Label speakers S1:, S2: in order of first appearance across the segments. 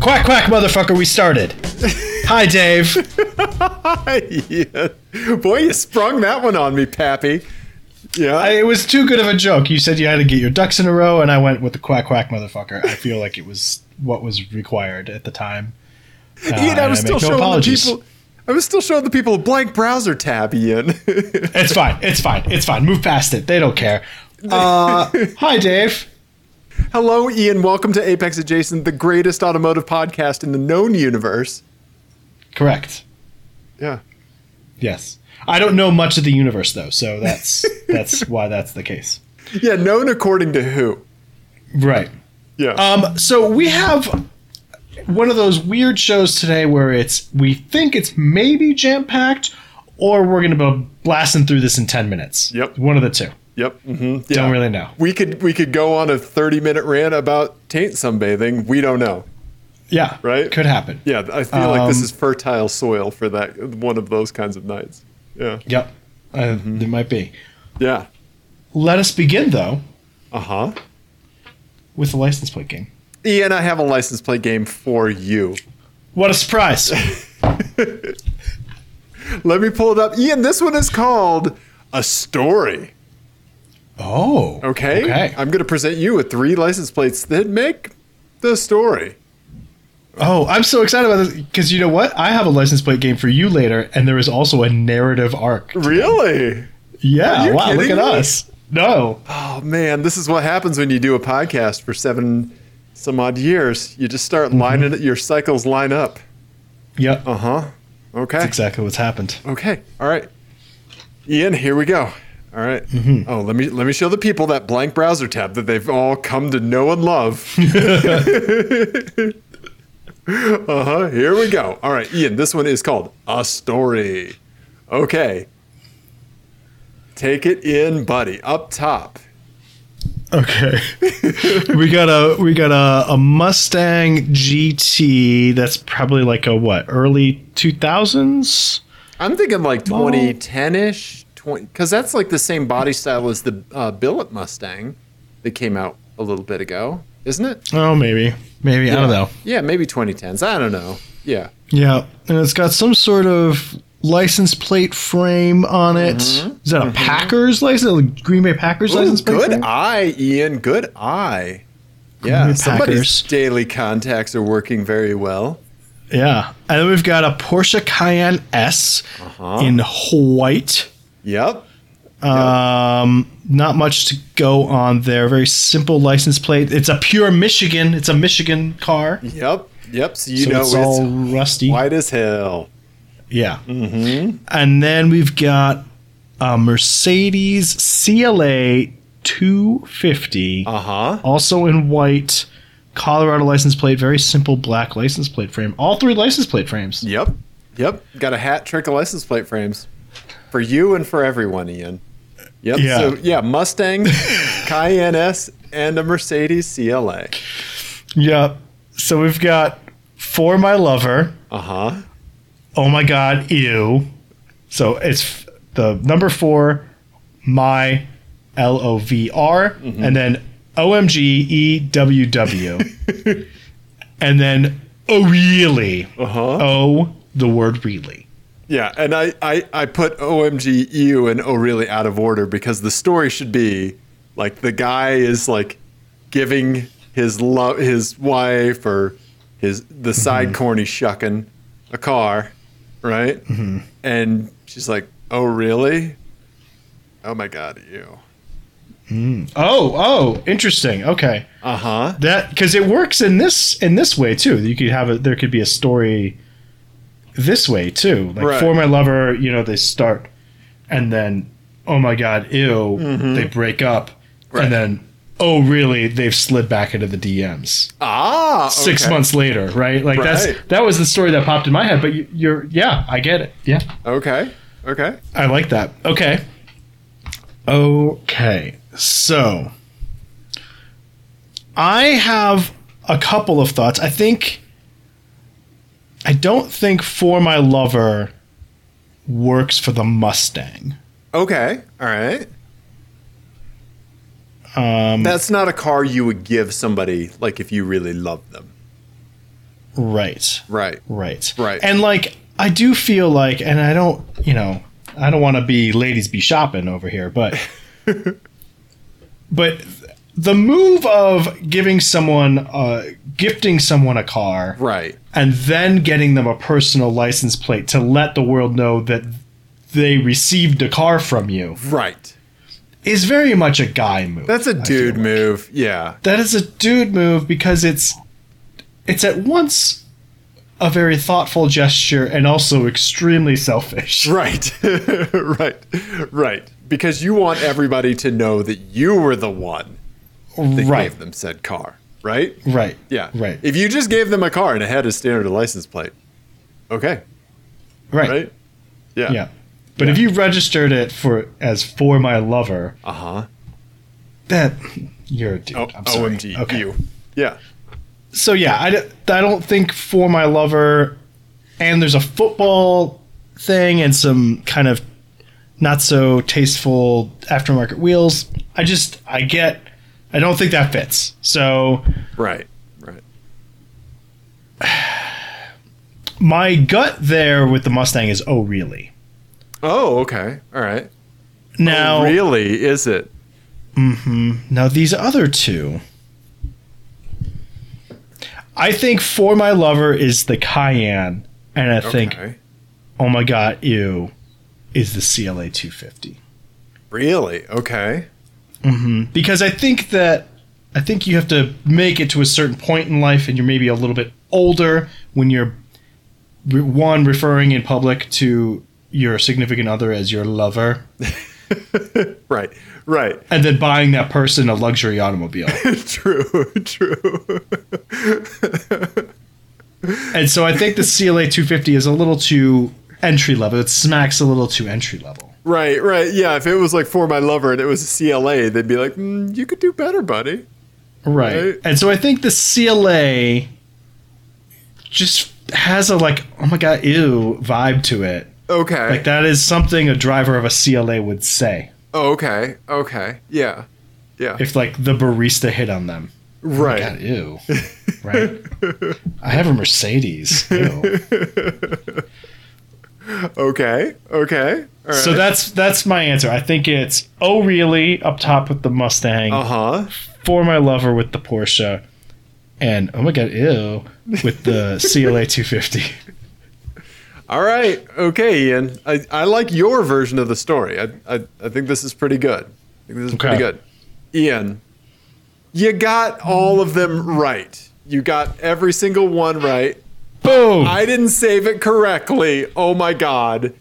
S1: Quack quack, motherfucker! We started. Hi, Dave.
S2: Yeah. Boy, you sprung that one on me, Pappy. Yeah.
S1: I- It was too good of a joke. You said you had to get your ducks in a row, and I went with the quack quack, motherfucker. I feel like it was what was required at the time. Uh,
S2: Ian,
S1: and
S2: I was
S1: make
S2: still
S1: no
S2: showing
S1: apologies.
S2: the people. I was still showing the people a blank browser tab, Ian.
S1: It's fine. It's fine. It's fine. Move past it. They don't care. Uh, hi, Dave.
S2: Hello, Ian. Welcome to Apex Adjacent, the greatest automotive podcast in the known universe.
S1: Correct.
S2: Yeah.
S1: Yes. I don't know much of the universe though, so that's that's why that's the case.
S2: Yeah, known according to who?
S1: Right.
S2: Yeah.
S1: Um, so we have one of those weird shows today where it's we think it's maybe jam packed, or we're gonna be blasting through this in ten minutes.
S2: Yep.
S1: One of the 2
S2: yep. hmm
S1: Don't really know.
S2: We could we could go on a thirty minute rant about taint sunbathing. We don't know.
S1: Yeah.
S2: Right?
S1: Could happen.
S2: Yeah, I feel like this
S1: Um,
S2: is fertile soil for that one of those kinds of nights. Yeah.
S1: Yep. Uh,
S2: Mm-hmm.
S1: There might be.
S2: Yeah.
S1: Let us begin though
S2: Uh huh.
S1: with the license plate game.
S2: Ian, I have a license plate game for you.
S1: What a surprise!
S2: Let me pull it up. Ian, this one is called A Story.
S1: oh.
S2: Okay?
S1: Okay.
S2: I'm going to present you with three license plates that make the story.
S1: Oh, I'm so excited about this because you know what? I have a license plate game for you later, and there is also a narrative arc.
S2: Really?
S1: Yeah,
S2: Are you
S1: wow, look at
S2: kidding me?
S1: us. No.
S2: Oh, man. This is what happens when you do a podcast for seven some odd years. You just start lining it, your cycles line up.
S1: Yep.
S2: Uh huh. Okay.
S1: That's exactly what's happened.
S2: Okay. All right. Ian, here we go. All right. Oh, let me let me show the people that blank browser tab that they've all come to know and love. uh-huh. Here we go. All right, Ian, this one is called A Story. Okay. Take it in, buddy. Up top.
S1: Okay. we got a we got a, a Mustang GT that's probably like a what, early two thousands?
S2: I'm thinking like 2010-ish, 20 cuz that's like the same body style as the uh, Billet Mustang that came out a little bit ago, isn't it?
S1: Oh maybe. Maybe. I don't know.
S2: Yeah, maybe 2010s. I don't know. Yeah.
S1: Yeah. And it's got some sort of license plate frame on it. Is that a Packers license? Like Green Bay Packers license plate?
S2: good
S1: frame?
S2: eye, Ian. Good eye. Yeah, somebody's
S1: Packers.
S2: daily contacts are working very well.
S1: Yeah. And then we've got a Porsche Cayenne S in white.
S2: Yep.
S1: Um, not much to go on there. Very simple license plate. It's a pure Michigan. It's a Michigan car.
S2: Yep. Yep. So you
S1: so
S2: know
S1: it's
S2: it's,
S1: all rusty.
S2: white as hell.
S1: Yeah. Mm-hmm. And then we've got a Mercedes CLA 250,
S2: Uh huh.
S1: also in white. Colorado license plate. Very simple black license plate frame. All three license plate frames.
S2: Yep. Yep. Got a hat trick of license plate frames for you and for everyone, Ian. Yep.
S1: Yeah.
S2: So yeah, Mustang, Cayenne S, and a Mercedes CLA.
S1: Yeah. So we've got For My Lover.
S2: Uh huh.
S1: Oh my God, ew. So it's f- the number four, my L O V R, and then O M G E W W. And then, oh, really?
S2: Uh-huh.
S1: Oh, the word really.
S2: Yeah, and I, I, I put OMG EU and Oh Really out of order because the story should be like the guy is like giving his love his wife or his
S1: Mm-hmm.
S2: the side corny shucking a car, right?
S1: Mm-hmm.
S2: And she's like, "Oh really? Oh my god, you."
S1: Oh, oh, interesting. Okay.
S2: Uh huh.
S1: that because it works in this in this way too. You could have a there could be a story this way too. Like
S2: Right.
S1: for my lover, you know, they start and then oh my god, ew, they break up,
S2: Mm-hmm. Right.
S1: and then oh really, they've slid back into the DMs
S2: Ah,
S1: six
S2: okay.
S1: months later, right? Like
S2: Right.
S1: that's that was the story that popped in my head. But you, you're yeah, I get it. Yeah,
S2: Okay, okay.
S1: I like that. Okay, okay, so. I have a couple of thoughts. I think I don't think For My Lover works for the Mustang.
S2: Okay. All right.
S1: Um, Mm.
S2: That's not a car you would give somebody like if you really loved them.
S1: Right.
S2: Right.
S1: Right.
S2: Right.
S1: And like I do feel like and I don't, you know, I don't want to be ladies be shopping over here, but but the move of giving someone uh gifting someone a car
S2: Right.
S1: and then getting them a personal license plate to let the world know that they received a car from you
S2: Right.
S1: is very much a guy move.
S2: That's a
S1: I
S2: dude
S1: feel.
S2: move. Yeah.
S1: That is a dude move because it's it's at once a very thoughtful gesture and also extremely selfish.
S2: Right. right. Right. Because you want everybody to know that you were the one that
S1: Right.
S2: gave them said car. Right?
S1: Right.
S2: Yeah.
S1: Right.
S2: If you just gave them a car and it had a standard license plate, okay.
S1: Right.
S2: Right? Yeah.
S1: Yeah. But if you registered it for as for my lover,
S2: Uh huh.
S1: that you're a dude.
S2: Oh, O-
S1: I'm sorry.
S2: OMG. You. Yeah.
S1: so yeah, I, d- I don't think for my lover, and there's a football thing and some kind of not so tasteful aftermarket wheels. I just I get I don't think that fits. So
S2: Right. Right.
S1: my gut there with the Mustang is oh really
S2: Oh, okay. All right.
S1: now
S2: Oh,
S1: hmm,
S2: really is it?
S1: now these other two. I think for my lover is the Cayenne, and I think
S2: Okay.
S1: oh my god ew is the CLA 250.
S2: Really? Okay.
S1: because I think that I think you have to make it to a certain point in life, and you're maybe a little bit older when you're re- one referring in public to your significant other as your lover,
S2: Right. Right.
S1: and then buying that person a luxury automobile.
S2: true. True.
S1: and so I think the CLA 250 is a little too entry level. It smacks a little too entry level.
S2: Right, right. Yeah, if it was like for my lover and it was a CLA, they'd be like, mm, you could do better, buddy. Right.
S1: Right. And so I think the CLA just has a like oh my god ew vibe to it.
S2: Okay.
S1: Like that is something a driver of a CLA would say
S2: Oh, okay. Okay. Yeah. Yeah.
S1: if like the barista hit on them. God,
S2: right.
S1: ew. Right. I have a Mercedes. Ew.
S2: Okay. Okay. All right.
S1: So that's that's my answer. I think it's oh really up top with the Mustang,
S2: uh huh.
S1: for my lover with the Porsche, and oh my god, ew with the CLA 250.
S2: All right. Okay, Ian. I, I like your version of the story. I, I, I think this is pretty good. I think this is pretty
S1: Okay.
S2: good. Ian, you got all of them right. You got every single one right.
S1: Boom.
S2: I didn't save it correctly. Oh my god.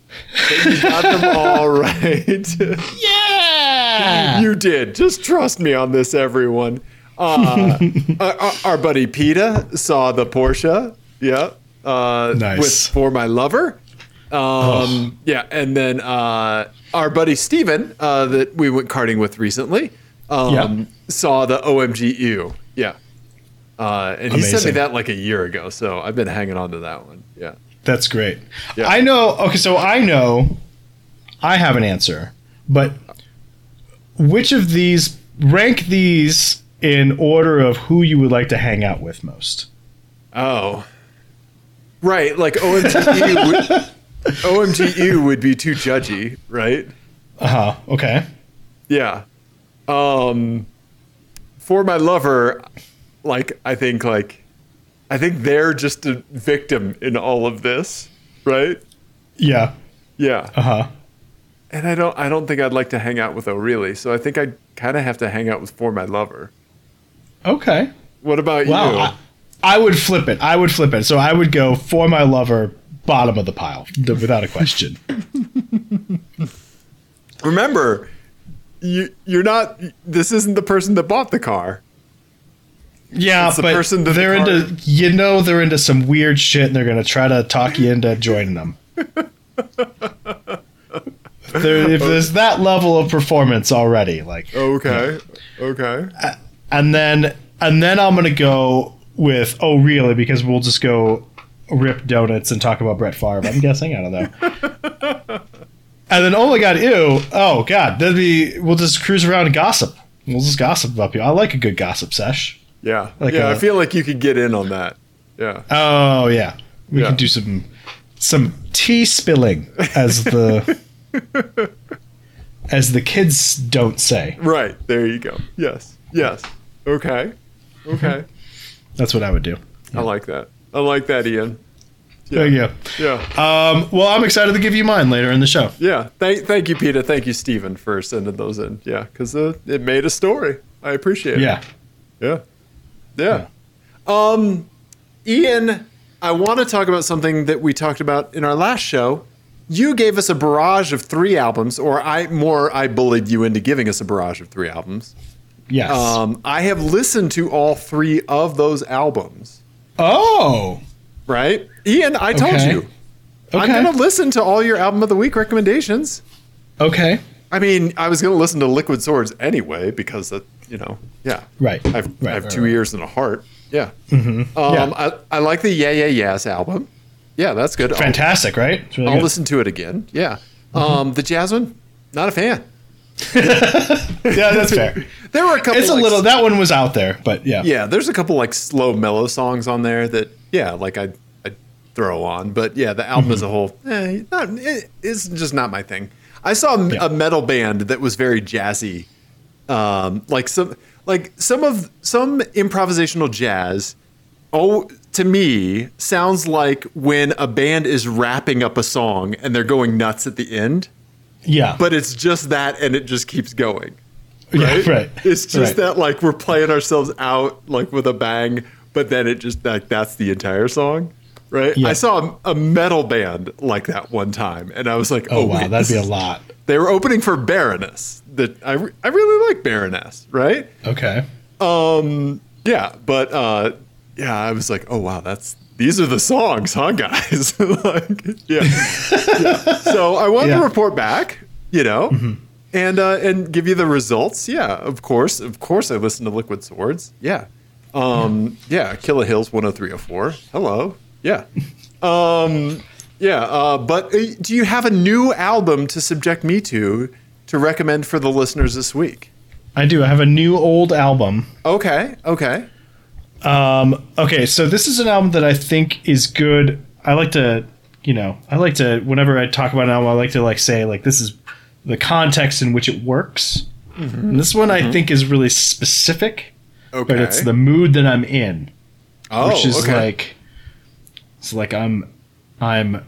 S2: But you got them all right.
S1: yeah.
S2: You did. Just trust me on this, everyone. Uh, our, our- our buddy PETA saw the Porsche. Yeah. Uh,
S1: Nice.
S2: With For My Lover. Um, yeah. And then uh, our buddy Steven, uh, that we went karting with recently, um,
S1: Yeah.
S2: saw the OMGU. Yeah. Uh, and he sent me
S1: Amazing.
S2: that like a year ago. So I've been hanging on to that one. Yeah.
S1: That's great.
S2: Yeah.
S1: I know. Okay, so I know I have an answer, but which of these rank these in order of who you would like to hang out with most?
S2: Oh. Right, like OMGU E would, OMGU E would be too judgy, right?
S1: Uh huh. Okay.
S2: Yeah. Um for my lover, like I think like I think they're just a victim in all of this, right?
S1: Yeah.
S2: Yeah.
S1: Uh huh.
S2: And I don't I don't think I'd like to hang out with O'Reilly, so I think I kind of have to hang out with for my lover.
S1: Okay.
S2: What about
S1: Wow.
S2: you?
S1: I, I would flip it. I would flip it. So I would go for my lover, bottom of the pile, th- without a question.
S2: Remember, you you're not this isn't the person that bought the car.
S1: Yeah,
S2: It's the
S1: but
S2: person that the
S1: they're
S2: car-
S1: into you know they're into some weird shit and they're gonna try to talk you into joining them. If there, if there's that level of performance already, like,
S2: Okay. Okay.
S1: and then and then I'm gonna go with oh really because we'll just go rip donuts and talk about Brett Favre. I'm guessing I don't know. And then oh my god, ew, oh god, that'd be we'll just cruise around and gossip. We'll just gossip about people. I like a good gossip sesh.
S2: Yeah.
S1: Like
S2: yeah, I
S1: a-
S2: feel like you could get in on that. Yeah.
S1: Oh yeah, we
S2: Yeah.
S1: could do some some tea spilling as the as the kids don't say.
S2: Right. There you go. Yes. Yes. Okay. Okay.
S1: That's what I would do.
S2: I like that. I like that, Ian.
S1: There you
S2: Yeah.
S1: go. Um, well, I'm excited to give you mine later in the show.
S2: Yeah. Thank, thank you, Peter. Thank you, Stephen, for sending those in. Yeah. Because uh, it made a story. I appreciate
S1: Yeah.
S2: it. Yeah. Yeah. Um, Ian, I want to talk about something that we talked about in our last show. You gave us a barrage of three albums, or I more, I bullied you into giving us a barrage of three albums.
S1: Yes.
S2: Um, I have listened to all three of those albums,
S1: oh.
S2: right? Ian, I told
S1: Okay.
S2: you. I'm
S1: Okay.
S2: going to listen to all your album of the week recommendations.
S1: Okay.
S2: I mean, I was going to listen to Liquid Swords anyway because that, you know, yeah.
S1: Right.
S2: I've,
S1: right,
S2: I have
S1: right,
S2: two
S1: right. Mm-hmm.
S2: ears and a heart. Yeah. Um,
S1: Yeah.
S2: I, I like the Yeah Yeah Yeahs album. Yeah, that's good. I'll-
S1: Fantastic, right? It's really
S2: I'll,
S1: good.
S2: listen to it again. Yeah. Um, the Jasmine, not a fan.
S1: yeah, that's fair.
S2: There were a couple.
S1: It's a
S2: like,
S1: little. That one was out there, but yeah.
S2: yeah there's a couple like slow mellow songs on there that yeah like i i throw on but yeah the album as a whole eh, not, it, it's just not my thing i saw a,
S1: Yeah.
S2: a metal band that was very jazzy um like some like some of some improvisational jazz oh to me sounds like when a band is wrapping up a song and they're going nuts at the end
S1: Yeah.
S2: but it's just that and it just keeps going
S1: Yeah,
S2: right?
S1: right.
S2: It's just
S1: Right.
S2: that like we're playing ourselves out like with a bang, but then it just like that's the entire song, right?
S1: Yeah.
S2: I saw a, a metal band like that one time, and I was like, oh,
S1: Oh wow,
S2: wait,
S1: that'd
S2: this
S1: be a
S2: is-
S1: lot.
S2: They were opening for Baroness. That I re- I really like Baroness, right?
S1: Okay.
S2: Um, yeah, but uh, yeah, I was like, oh wow, that's these are the songs, huh, guys? like, yeah. Yeah. So I wanted to
S1: Yeah. Mm-hmm.
S2: report back, you know, and uh, and give you the results. Yeah, of course, of course, I listened to Liquid Swords. Yeah, um, yeah, Killer Hills one hundred three hundred four. Hello, yeah, um, yeah. Uh, but uh, do you have a new album to subject me to to recommend for the listeners this week?
S1: I do. I have a new old album.
S2: Okay, okay.
S1: Um, okay, so this is an album that I think is good. I like to, you know, I like to whenever I talk about an album, I like to like say like this is the context in which it works.
S2: Mm-hmm.
S1: And this one I think is really specific,
S2: Okay.
S1: but it's the mood that I'm in,
S2: oh,
S1: which is
S2: okay.
S1: like it's like I'm I'm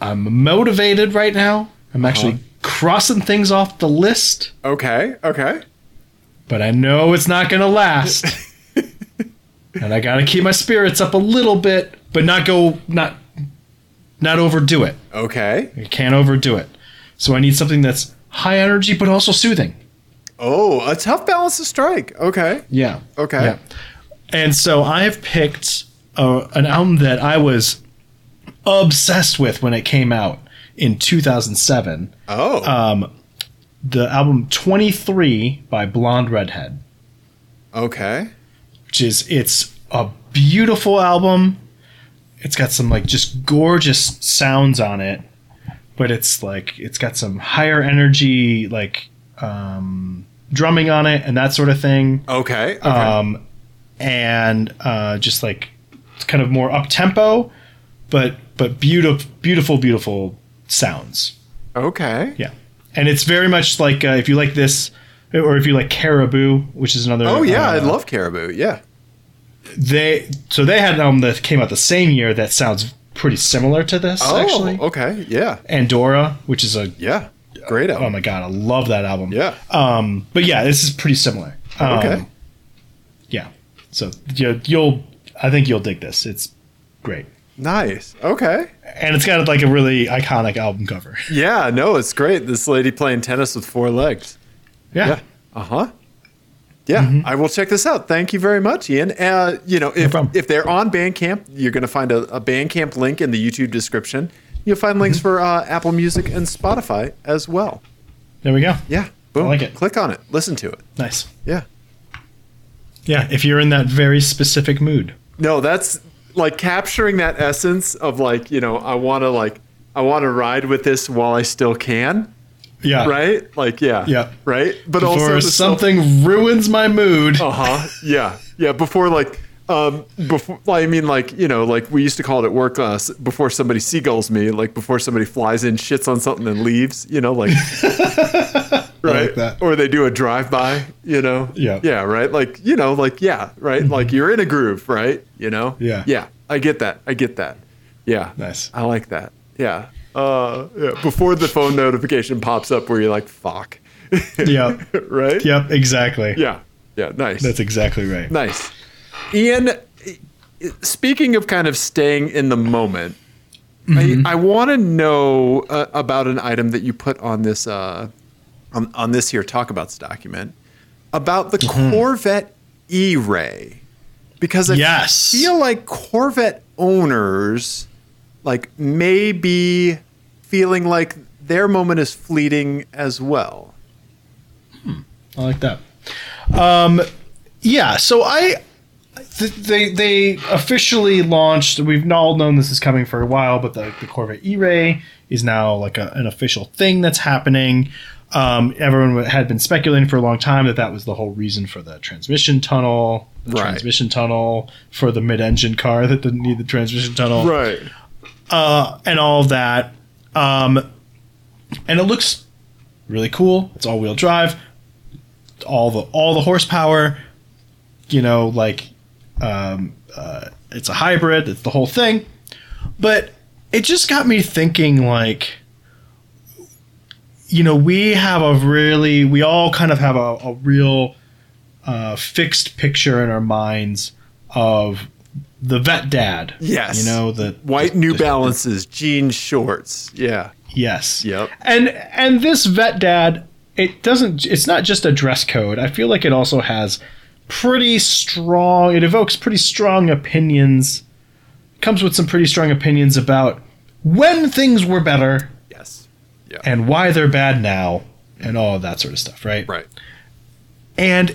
S1: I'm motivated right now. I'm actually
S2: Uh-huh.
S1: crossing things off the list,
S2: okay, okay.
S1: but I know it's not going to last. and I got to keep my spirits up a little bit, but not go not not overdo it.
S2: Okay.
S1: I can't overdo it. So I need something that's high energy but also soothing.
S2: Oh, a tough balance to strike. Okay.
S1: Yeah.
S2: Okay.
S1: Yeah. And so I have picked uh an album that I was obsessed with when it came out in 2007.
S2: Oh.
S1: Um, the album 23 by Blonde Redhead,
S2: okay.
S1: which is it's a beautiful album. It's got some like just gorgeous sounds on it, but it's like it's got some higher energy like um, drumming on it and that sort of thing.
S2: Okay. Okay.
S1: um, and uh, just like kind of more up tempo, but but beautiful, beautiful, beautiful sounds.
S2: okay.
S1: Yeah, and it's very much like uh, if you like this, or if you like Caribou, which is another.
S2: Oh yeah,
S1: uh,
S2: I love Caribou. Yeah.
S1: they. So they had an album that came out the same year that sounds pretty similar to this
S2: Oh.
S1: actually.
S2: Okay. Yeah.
S1: Andorra, which is a
S2: Yeah. Great
S1: oh
S2: album.
S1: my god, I love that album.
S2: yeah.
S1: Um, but yeah, this is pretty similar. Um,
S2: Okay.
S1: Yeah. So you, you'll, I think you'll dig this. It's great,
S2: Nice. Okay.
S1: and it's got like a really iconic album cover.
S2: Yeah. No, it's great. This lady playing tennis with four legs.
S1: Yeah.
S2: Yeah. Uh huh. Yeah,
S1: Mm-hmm.
S2: I will check this out. Thank you very much, Ian. Uh, you know, if,
S1: problem.
S2: if they're on Bandcamp, you're going to find a, a Bandcamp link in the YouTube description. You'll find links
S1: Mm-hmm.
S2: for uh, Apple Music and Spotify as well.
S1: There we go.
S2: Yeah, boom.
S1: like it.
S2: Click on it. Listen to it.
S1: Nice.
S2: Yeah.
S1: Yeah. If you're in that very specific mood.
S2: No, that's like capturing that essence of like you know I want to like I want to ride with this while I still can,
S1: Yeah.
S2: right? Like yeah,
S1: Yeah.
S2: right. But
S1: Before
S2: also the Oh. self-
S1: something ruins my mood.
S2: Uh huh. Uh-huh. Yeah. Yeah. Before like Um, before, I mean, like you know, like we used to call it at work. Uh, s- before somebody seagulls me, like before somebody flies in, shits on something, and leaves. You know, like right,
S1: that.
S2: or they do a drive by. You know,
S1: Yeah. Mm-hmm.
S2: yeah, right. Like you know, like yeah, right. Like you're in a groove, right? You know,
S1: Yeah.
S2: yeah. I get that. I get that. Yeah,
S1: Nice.
S2: I like that. Yeah. Uh, yeah. Before the phone notification pops up, where you're like, "Fuck,"
S1: Yep.
S2: right?
S1: Yep. Exactly.
S2: Yeah. Yeah. Nice.
S1: That's exactly right.
S2: Nice. Ian, speaking of kind of staying in the moment,
S1: Mm-hmm.
S2: I, I want to know uh, about an item that you put on this uh, on, on this here talk abouts document about the
S1: Mm-hmm.
S2: Corvette E-Ray because I
S1: Yes.
S2: feel like Corvette owners like may be feeling like their moment is fleeting as well.
S1: I like that. Um, yeah. So I, th- they they officially launched. We've all known this is coming for a while, but the, the Corvette E-Ray is now like a, an official thing that's happening. Um, everyone had been speculating for a long time that that was the whole reason for the transmission tunnel, the
S2: Right.
S1: transmission tunnel for the mid-engine car that didn't need the transmission tunnel,
S2: Right.
S1: uh, and all of that. Um, and it looks really cool. It's all wheel drive, all the all the horsepower. You know, like um, uh, it's a hybrid. It's the whole thing. But it just got me thinking, like. You know, we have a really, we all kind of have a, a real uh, fixed picture in our minds of the vet dad.
S2: Yes.
S1: You know, the
S2: White New Balances, jean shorts. Yeah.
S1: Yes.
S2: Yep.
S1: And and this vet dad, it doesn't. It's not just a dress code. I feel like it also has pretty strong. It evokes pretty strong opinions. Comes with some pretty strong opinions about when things were better
S2: Yes. Yeah.
S1: and why they're bad now and all of that sort of stuff. Right.
S2: right.
S1: And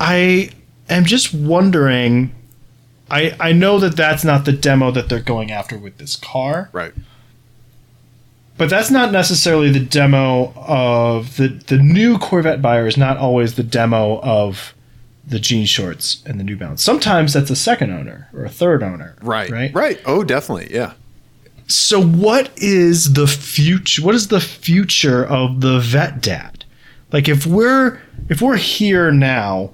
S1: I am just wondering. I I know that that's not the demo that they're going after with this car.
S2: Right.
S1: But that's not necessarily the demo of the the new Corvette buyer is not always the demo of the jean shorts and the New Balance. Sometimes that's a second owner or a third owner.
S2: Right.
S1: Right.
S2: Right. Oh, definitely. Yeah.
S1: So what is the future? What is the future of the vet dad? Like if we're if we're here now,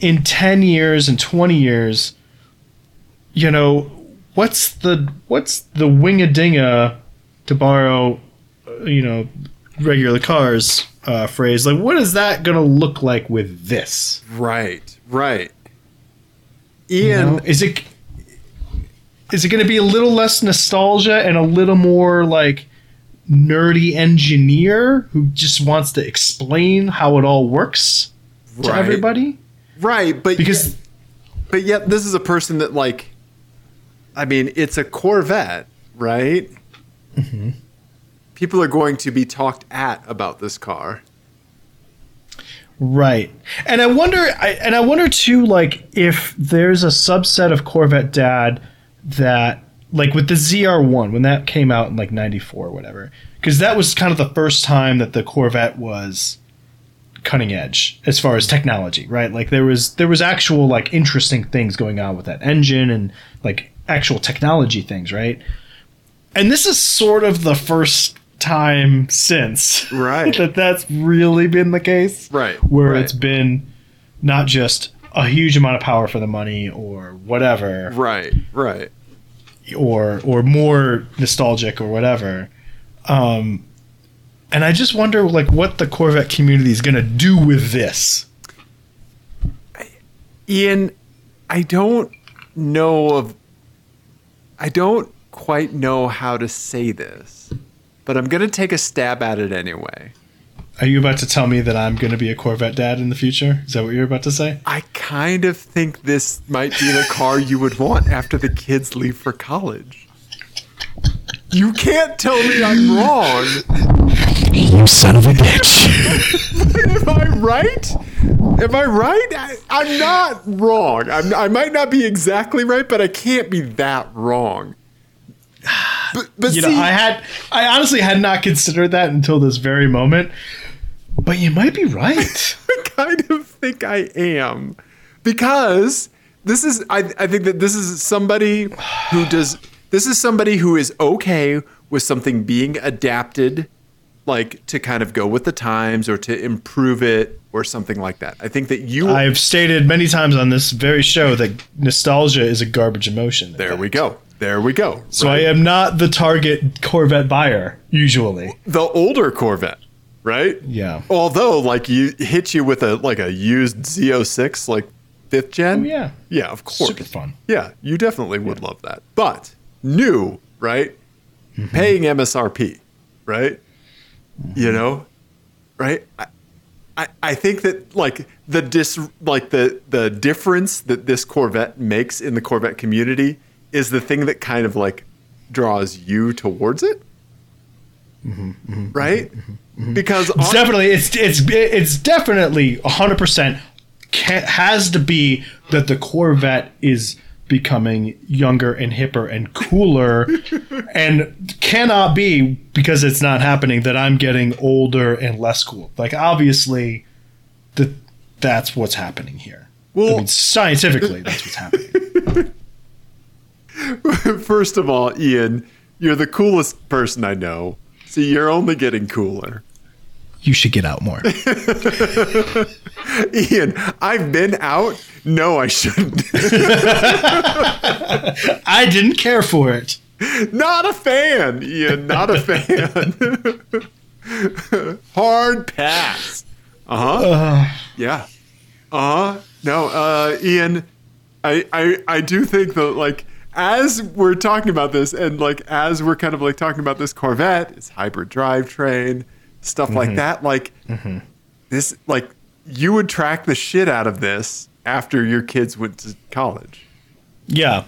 S1: in ten years and twenty years, you know, what's the what's the wing a dinga to borrow, uh, you know, regular cars uh, phrase? Like what is that gonna look like with this?
S2: Right. Right.
S1: You
S2: Ian,
S1: know, is it is it going to be a little less nostalgia and a little more like nerdy engineer who just wants to explain how it all works to
S2: right.
S1: everybody?
S2: Right. But
S1: Because
S2: but yet this is a person that like I mean, it's a Corvette, right?
S1: Mm-hmm.
S2: People are going to be talked at about this car.
S1: right, and I wonder, I, and I wonder too, like if there's a subset of Corvette Dad that like with the ZR1 when that came out in like 94 or whatever because that was kind of the first time that the Corvette was cutting edge as far as technology right like there was there was actual like interesting things going on with that engine and like actual technology things right and this is sort of the first time since
S2: Right.
S1: that that's really been the case
S2: Right,
S1: where
S2: right.
S1: it's been not just a huge amount of power for the money or whatever
S2: Right. Right.
S1: or or more nostalgic or whatever. Um, and I just wonder like what the Corvette community is gonna do with this.
S2: Ian, I don't know of I don't quite know how to say this, but I'm going to take a stab at it anyway.
S1: Are you about to tell me that I'm gonna be a Corvette dad in the future? Is that what you're about to say?
S2: I kind of think this might be the car you would want after the kids leave for college. You can't tell me I'm wrong.
S1: You son of a bitch.
S2: Am I right? Am I right? I, I'm not wrong. I'm, I might not be exactly right, but I can't be that wrong. But, but
S1: you know,
S2: see,
S1: I had I honestly had not considered that until this very moment. But you might be right.
S2: I kind of think I am because this is I, I think that this is somebody who does this is somebody who is okay with something being adapted like to kind of go with the times or to improve it or something like that i think that you
S1: I've stated many times on this very show that nostalgia is a garbage emotion.
S2: there we go there we go
S1: So I am not the target Corvette buyer usually.
S2: the older corvette right
S1: Yeah.
S2: although like you hit you with a like a used z06 like fifth gen
S1: Oh, yeah.
S2: yeah of course
S1: Super fun.
S2: Yeah, you definitely would love that. But new, right? Paying MSRP, right? You know, right? I, I, I think that like the dis like the the difference that this Corvette makes in the Corvette community is the thing that kind of like draws you towards it, right? Because
S1: It's definitely it's it's it's definitely 100% can, has to be that the Corvette is becoming younger and hipper and cooler and cannot be because it's not happening that I'm getting older and less cool. Like obviously that that's what's happening here. I
S2: Well-
S1: mean, scientifically that's what's happening.
S2: First of all, Ian, you're the coolest person I know. So you're only getting cooler.
S1: You should get out more.
S2: Ian, I've been out. No, I shouldn't.
S1: I didn't care for it.
S2: not a fan, Ian. Not a fan. Hard pass. Uh-huh. Yeah. Uh-huh. No, uh, Ian, I, I I do think that like as we're talking about this and like as we're kind of like talking about this Corvette, it's hybrid drivetrain, stuff like that, like this like you would track the shit out of this after your kids went to college.
S1: Yeah.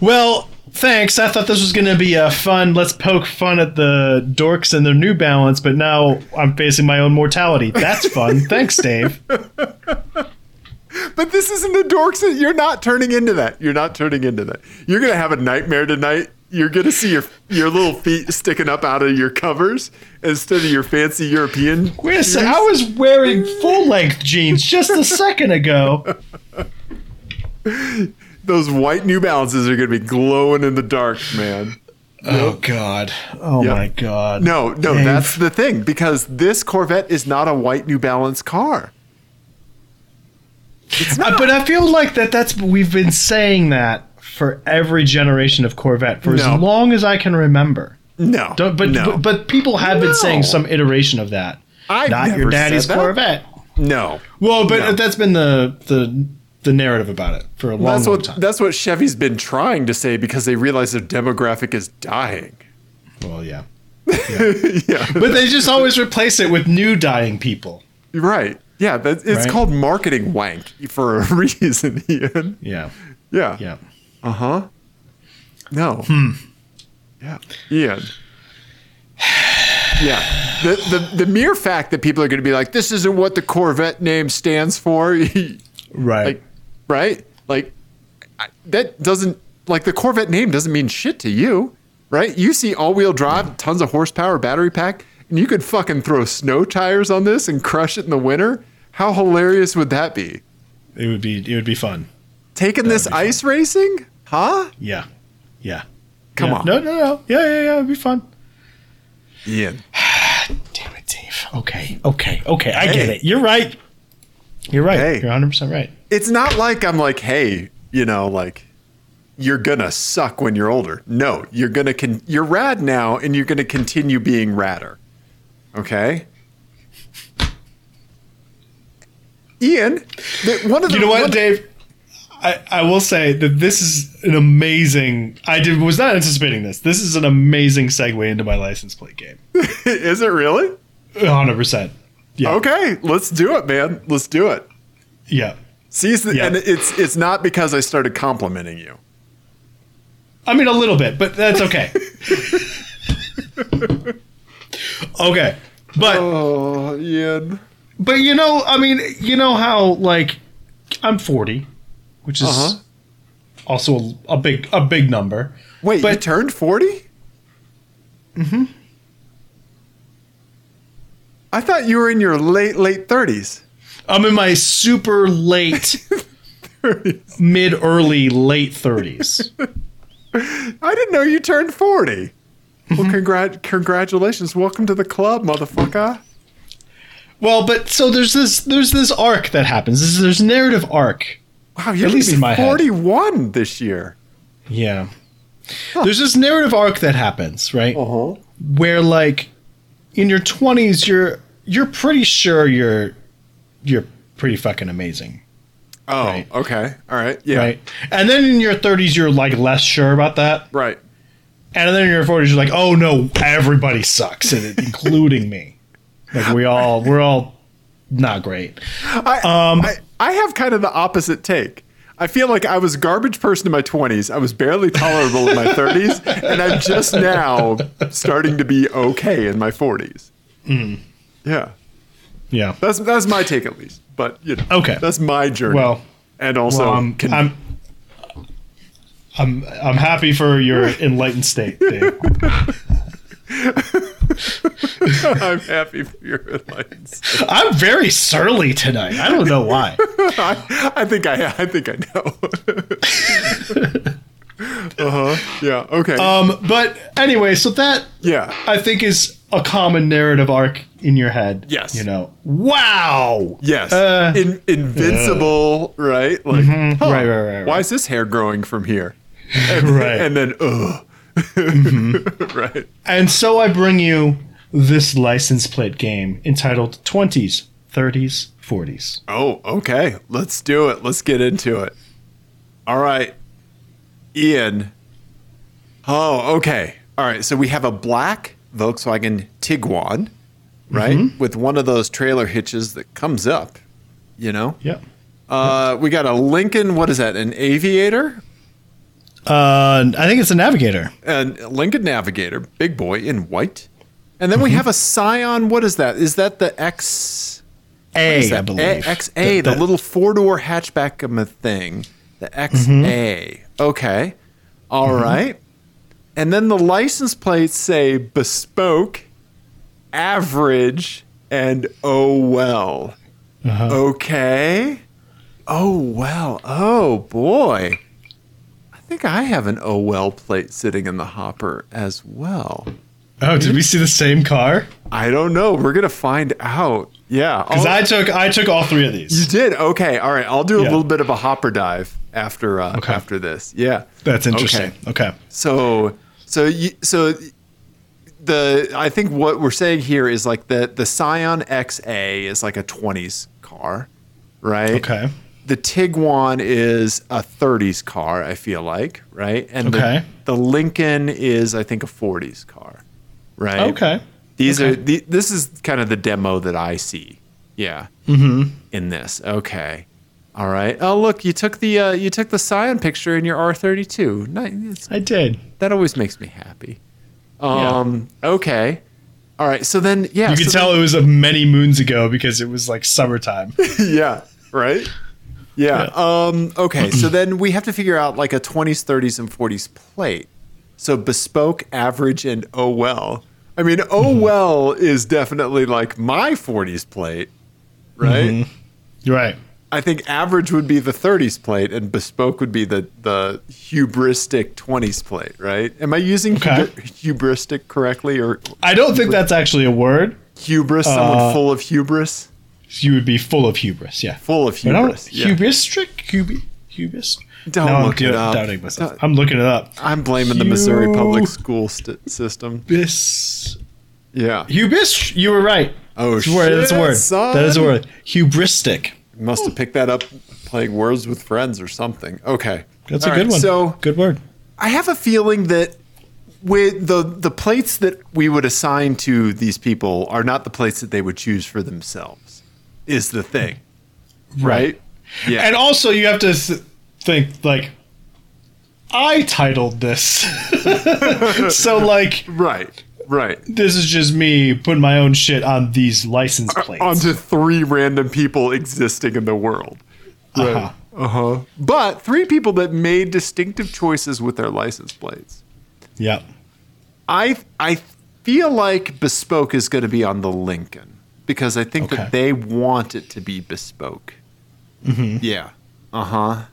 S1: Well, thanks. I thought this was going to be a fun, let's poke fun at the dorks and their New Balance, but now I'm facing my own mortality. That's fun. thanks, Dave.
S2: But this isn't a dork. sen- You're not turning into that. You're not turning into that. You're gonna have a nightmare tonight. You're gonna see your your little feet sticking up out of your covers instead of your fancy European.
S1: Wait a second. I was wearing full length jeans just a second ago.
S2: Those white New Balances are gonna be glowing in the dark, man.
S1: Oh, God. Oh,
S2: Yeah.
S1: my God.
S2: No, no,
S1: Dave.
S2: that's the thing because this Corvette is not a white New Balance car.
S1: Uh, but I feel like that that's we've been saying that for every generation of Corvette for
S2: No.
S1: as long as I can remember.
S2: No,
S1: Don't, but,
S2: no,
S1: but but people have been saying
S2: No.
S1: some iteration of that.
S2: I've
S1: Not
S2: never
S1: your daddy's
S2: said that.
S1: Corvette.
S2: no.
S1: Well, but
S2: No.
S1: that's been the the the narrative about it for a long,
S2: That's
S1: long
S2: what
S1: time.
S2: that's what Chevy's been trying to say because they realize their demographic is dying.
S1: well, yeah.
S2: yeah,
S1: But they just always replace it with new dying people.
S2: Right. Yeah, that, it's
S1: Right?
S2: called marketing wank for a reason, Ian.
S1: Yeah.
S2: Yeah.
S1: Yeah.
S2: Uh huh. No. Yeah, Ian. Yeah, the, the the mere fact that people are going to be like, this isn't what the Corvette name stands for,
S1: Right.
S2: like, right? Like, I, that doesn't like the Corvette name doesn't mean shit to you, right? You see all-wheel drive, tons of horsepower, battery pack, and you could fucking throw snow tires on this and crush it in the winter. How hilarious would that be?
S1: it would be it would be fun.
S2: Taking this ice racing, huh?
S1: Yeah. Yeah.
S2: Come
S1: Yeah.
S2: on.
S1: No, no, no. Yeah, yeah, yeah. It'd be fun.
S2: Ian.
S1: Damn it, Dave. Okay. Okay. Okay. I get
S2: Hey.
S1: it. You're right. You're right.
S2: Hey.
S1: You're 100 percent right.
S2: It's not like I'm like, hey, you know, like you're gonna suck when you're older. No, you're gonna con- you're rad now, and you're gonna continue being radder. Okay. Ian, the, one of the
S1: You know
S2: one-
S1: what, Dave? I, I will say that this is an amazing. I did was not anticipating this. This is an amazing segue into my license plate game.
S2: is it really?
S1: hundred percent. Yeah.
S2: Okay, let's do it, man. Let's do it.
S1: Yeah.
S2: See, it's the,
S1: Yeah.
S2: and it's it's not because I started complimenting you.
S1: I mean a little bit, but that's okay. okay. But
S2: Oh, Ian.
S1: but you know, I mean, you know how like I'm 40, which is
S2: Uh-huh.
S1: also a, a big a big number.
S2: Wait, you
S1: But- Mm-hmm.
S2: turned 40? Mm-hmm. I thought you were in your late, late 30s.
S1: I'm in my super late
S2: 30s.
S1: mid early late 30s.
S2: I didn't know you turned 40.
S1: Mm-hmm.
S2: Well, congrat- congratulations. Welcome to the club, motherfucker.
S1: well, but so there's this there's this arc that happens. This, there's a narrative arc.
S2: Wow, you're
S1: At
S2: gonna
S1: least
S2: be
S1: in my head.
S2: 41 this year.
S1: Yeah. There's this narrative arc that happens, right?
S2: Uh-huh.
S1: Where like in your 20s you're you're pretty sure you're you're pretty fucking amazing.
S2: Oh,
S1: Right.
S2: okay. All right. Yeah.
S1: Right. And then in your 30s, you're like less sure about that.
S2: Right.
S1: And then in your 40s, you're like, oh no, everybody sucks, and it, including me. Like we all, we're all not great.
S2: I,
S1: Um,
S2: I I have kind of the opposite take. I feel like I was a garbage person in my 20s. I was barely tolerable in my 30s, and I'm just now starting to be okay in my 40s.
S1: Hmm.
S2: Yeah,
S1: Yeah.
S2: that's that's my take at least. But you know,
S1: Okay.
S2: that's my journey.
S1: Well,
S2: and also,
S1: So I'm,
S2: um, can-
S1: I'm, I'm, I'm happy for your enlightened state, Dave.
S2: I'm happy for your enlightenment.
S1: I'm very surly tonight. I don't know why.
S2: I, I think I I think I know. uh huh. Yeah. Okay.
S1: Um, but anyway, so that
S2: yeah.
S1: I think is a common narrative arc in your head.
S2: Yes.
S1: You know, wow.
S2: Yes.
S1: Uh, Mm-hmm.
S2: In, invincible, right? Like, huh,
S1: Right, right, right, right.
S2: Why is this hair growing from here? And,
S1: Right. Mm-hmm.
S2: And then, ugh. right.
S1: And so I bring you this license plate game entitled 20s, 30s, 40s.
S2: Oh, okay. Let's do it. Let's get into it. All right. Ian. Oh, okay. All right. So we have a black Volkswagen Tiguan, right?
S1: Mm-hmm.
S2: With one of those trailer hitches that comes up, you know?
S1: Yep.
S2: Uh, we got a Lincoln, what is that? An aviator?
S1: Uh, I think it's a navigator.
S2: and Lincoln Navigator, big boy in white. And then we have a Scion. What is that? Is that the X?
S1: A,
S2: is that
S1: I believe.
S2: A- XA, the, little four door hatchback of a thing. The XA. Okay. all right. And then the license plates say bespoke, average, and oh well. Uh-huh. Okay. Oh well. Oh boy. I think I have an oh well plate sitting in the hopper as well.
S1: Oh, did we see the same car?
S2: I don't know. We're gonna find out. Yeah.
S1: Because
S2: I'll-
S1: I took I took all three of
S2: You
S1: these.
S2: did okay. All right, I'll do a
S1: Yeah.
S2: little bit of a hopper dive after uh,
S1: Okay.
S2: after this. Yeah.
S1: That's interesting. Okay.
S2: So so you, so the I think what we're saying here is like the the Scion XA is like a 20s car, right?
S1: Okay.
S2: The Tiguan is a 30s car, I feel like, right? And the-
S1: Okay.
S2: the, Lincoln is I think a 40s car, right?
S1: Okay.
S2: These
S1: Okay.
S2: are the, this is kind of the demo that I see. Yeah. Mm-hmm. In this, okay, all right. Oh, look, you took the uh, you took the Scion picture in your R thirty two.
S1: I did.
S2: That always makes me happy. Um, Okay, all right. So then, yeah,
S1: You could
S2: so
S1: tell it was of many moons ago because it was like summertime.
S2: then- yeah, right. Yeah. Um, okay. so then we have to figure out like a twenties, thirties, and forties plate. So bespoke, average, and oh well. I mean,
S1: Mm-hmm.
S2: oh well is definitely like my forties plate, right?
S1: Mm-hmm. You're right.
S2: I think average would be the 30s plate, and bespoke would be the the hubristic 20s plate, right? Am I using
S1: Okay.
S2: hubri- hubristic correctly, or
S1: I don't think that's actually a word.
S2: hubris? Someone
S1: Uh,
S2: full of hubris,
S1: You would be full of hubris. Yeah.
S2: full of
S1: But I don't-
S2: hubris. Yeah.
S1: Hubristic? Hubi, hubris?
S2: Don't
S1: Now I'm
S2: look it
S1: do-
S2: up.
S1: doubting myself.
S2: Don't-
S1: I'm looking it up.
S2: I'm blaming the Missouri
S1: Hu-
S2: public school st- system.
S1: Hubris.
S2: Yeah,
S1: Hubris? You were right.
S2: Oh,
S1: It's a word. That's a
S2: shit,
S1: word.
S2: son.
S1: That is a word. Hubristic.
S2: must have picked that up playing words with friends or something. Okay,
S1: That's
S2: All
S1: a
S2: right,
S1: good one.
S2: So
S1: good word.
S2: I have a feeling that with the the plates that we would assign to these people are not the plates that they would choose for themselves. Is the thing, right? Yeah.
S1: And also, you have to s- think like I titled this, so like
S2: right. Right.
S1: this is just me putting my own shit on these license plates.
S2: Onto three random people existing in the world.
S1: Uh-huh.
S2: Uh-huh. But three people that made distinctive choices with their license plates.
S1: Yep.
S2: I I feel like bespoke is going to be on the Lincoln because I think
S1: Okay. Mm-hmm.
S2: that they want it to be bespoke. Yeah. Uh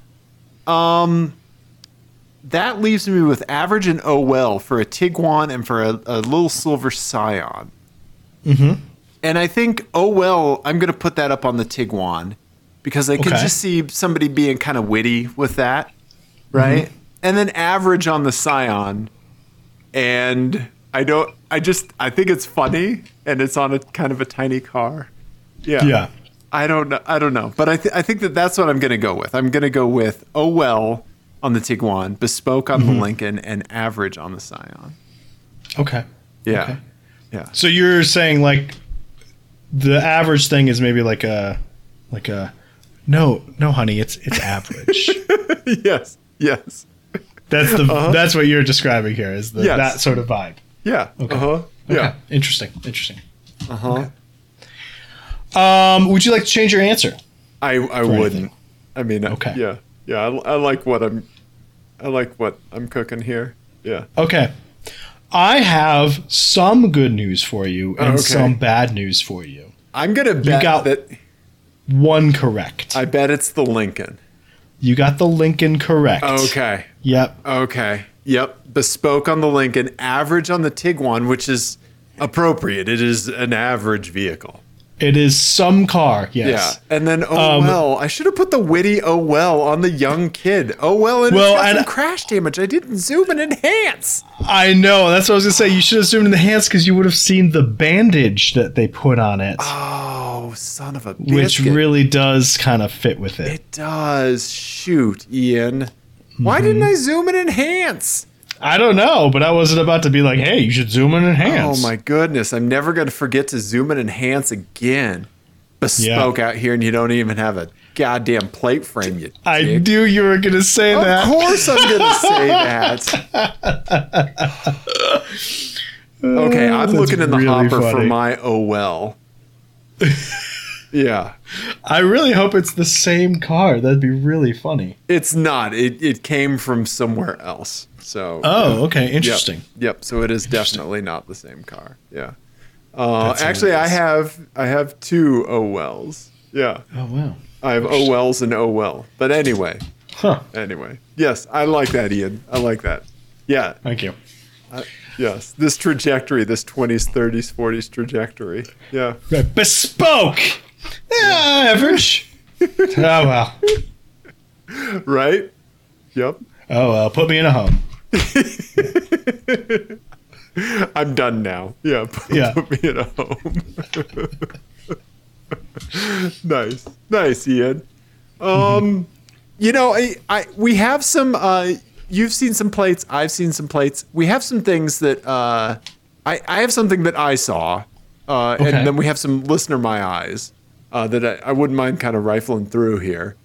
S2: huh. Um, that leaves me with average and oh well for a Tiguan and for a, a little silver Scion.
S1: Mm-hmm.
S2: And I think oh well, I'm going to put that up on the Tiguan because I could
S1: Okay.
S2: just see somebody being kind of witty with that, right?
S1: Mm-hmm.
S2: And then average on the Scion. And I don't. I just. I think it's funny, and it's on a kind of a tiny car. Yeah.
S1: Yeah.
S2: I don't know. I don't know, but I, th- I think that that's what I'm going to go with. I'm going to go with oh well on the Tiguan, bespoke on
S1: Mm-hmm.
S2: the Lincoln, and average on the Scion.
S1: Okay.
S2: Yeah,
S1: Okay.
S2: yeah,
S1: So you're saying like the average thing is maybe like a like a no no honey it's it's average.
S2: yes, yes,
S1: that's the that's what you're describing here is the,
S2: Uh-huh. Yes.
S1: that sort of vibe.
S2: yeah. Uh huh. Yeah.
S1: Okay. Interesting. Interesting.
S2: Uh huh.
S1: Um, would you like to change your answer?
S2: I I
S1: anything.
S2: wouldn't. I mean,
S1: Okay.
S2: okay. Yeah, yeah. I, I like what I'm. I like what I'm cooking here. Yeah.
S1: Okay. I have some good news for you and
S2: Oh, okay.
S1: some bad news for you.
S2: I'm gonna bet
S1: got-
S2: that.
S1: One correct.
S2: I bet it's the Lincoln.
S1: you got the Lincoln correct.
S2: Oh, Okay.
S1: Yep.
S2: Okay. Yep. Bespoke on the Lincoln, average on the Tiguan, which is appropriate. It is an average vehicle.
S1: It is some car. Yes.
S2: Yeah. And then oh
S1: Um,
S2: well, I should have put the witty oh well on the young kid. Oh well, and
S1: Well,
S2: it's got
S1: and-
S2: some crash damage. I didn't zoom and enhance.
S1: I know. That's what I was gonna say. You should have zoomed in the hands because you would have seen the bandage that they put on it,
S2: Oh, son of a bitch.
S1: which really does kind of fit with it.
S2: It does. Shoot, Ian. Why didn't I zoom and enhance?
S1: I don't know, but I wasn't about to be like, "Hey, you should zoom in and hands."
S2: Oh my goodness. I'm never going to forget to zoom and enhance again. Bespoke out here, and you don't even have a goddamn plate frame. You
S1: I
S2: dick.
S1: knew you were gonna say
S2: Of
S1: that.
S2: course, I'm going to say that. Okay, I'm
S1: That's
S2: looking in the
S1: really
S2: hopper for
S1: funny.
S2: my oh well. yeah,
S1: I really hope it's the same car. That'd be really funny.
S2: it's not. It it came from somewhere else. So
S1: Oh, okay,
S2: Yep.
S1: interesting.
S2: Yep. So it is definitely not the same car. Yeah. Uh,
S1: That's
S2: actually, I
S1: hilarious.
S2: have I have two Owells. Yeah,
S1: Oh wow.
S2: I have Owells and Owell. But anyway,
S1: Huh.
S2: anyway, yes, I like that, Ian. I like that. Yeah.
S1: Thank you.
S2: I- yes. This trajectory, this twenties, thirties, forties trajectory. Yeah.
S1: Right. Bespoke. Yeah, average. oh well.
S2: Right. Yep.
S1: Oh well. Put me in a home.
S2: I'm done now. Yeah. Put,
S1: Yeah.
S2: put me at a home. nice. Nice, Ian. Um, you know, I, I we have some uh you've seen some plates, I've seen some plates. We have some things that uh I, I have something that I saw. Uh
S1: Okay.
S2: and then we have some listener my eyes uh that I, I wouldn't mind kind of rifling through here.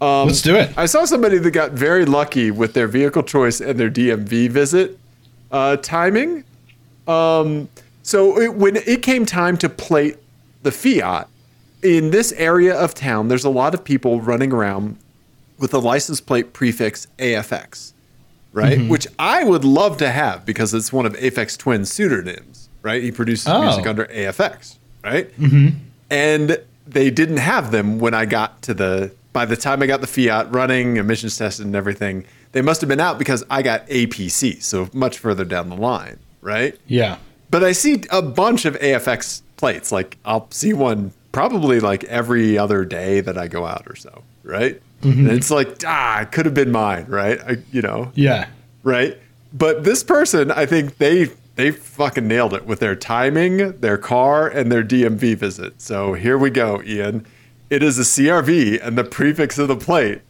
S2: Um,
S1: Let's do it.
S2: I saw somebody that got very lucky with their vehicle choice and their DMV visit uh, timing. Um, so it, when it came time to plate the Fiat in this area of town, there's a lot of people running around with the license plate prefix AFX, right? Which I would love to have because it's one of Aphex Twin's pseudonyms, right? He produces
S1: Oh.
S2: music under AFX, right? Mm-hmm and they didn't have them when I got to the. By the time I got the Fiat running, emissions tested, and everything, they must have been out because I got APC, so much further down the line, right?
S1: Yeah.
S2: But I see a bunch of AFX plates. Like I'll see one probably like every other day that I go out or so, right?
S1: Mm-hmm.
S2: And it's like, ah, it could have been mine, right? I, you know,
S1: Yeah.
S2: right? But this person, I think they they fucking nailed it with their timing, their car, and their DMV visit. So here we go, Ian. It is a CRV and the prefix of the plate,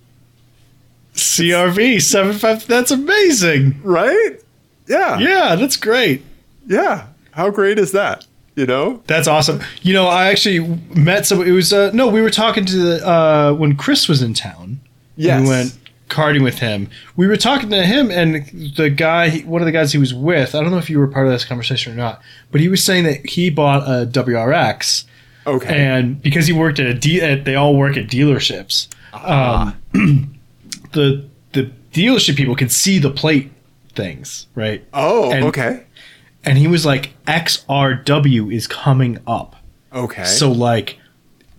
S1: CRV seven five. That's amazing.
S2: right? Yeah.
S1: Yeah, that's great.
S2: Yeah. How great is that? You know?
S1: That's awesome. You know, I actually met some. It was uh, no, we were talking to the, uh, when Chris was in town.
S2: Yes.
S1: we went karting with him. We were talking to him and the guy, one of the guys he was with. I don't know if you were part of this conversation or not, but he was saying that he bought a WRX
S2: Okay.
S1: and because he worked at a de- at, they all work at dealerships.
S2: Ah.
S1: Um, the the dealership people can see the plate things, right?
S2: oh,
S1: and-
S2: okay.
S1: And he was like, XRW is coming up.
S2: Okay.
S1: So like,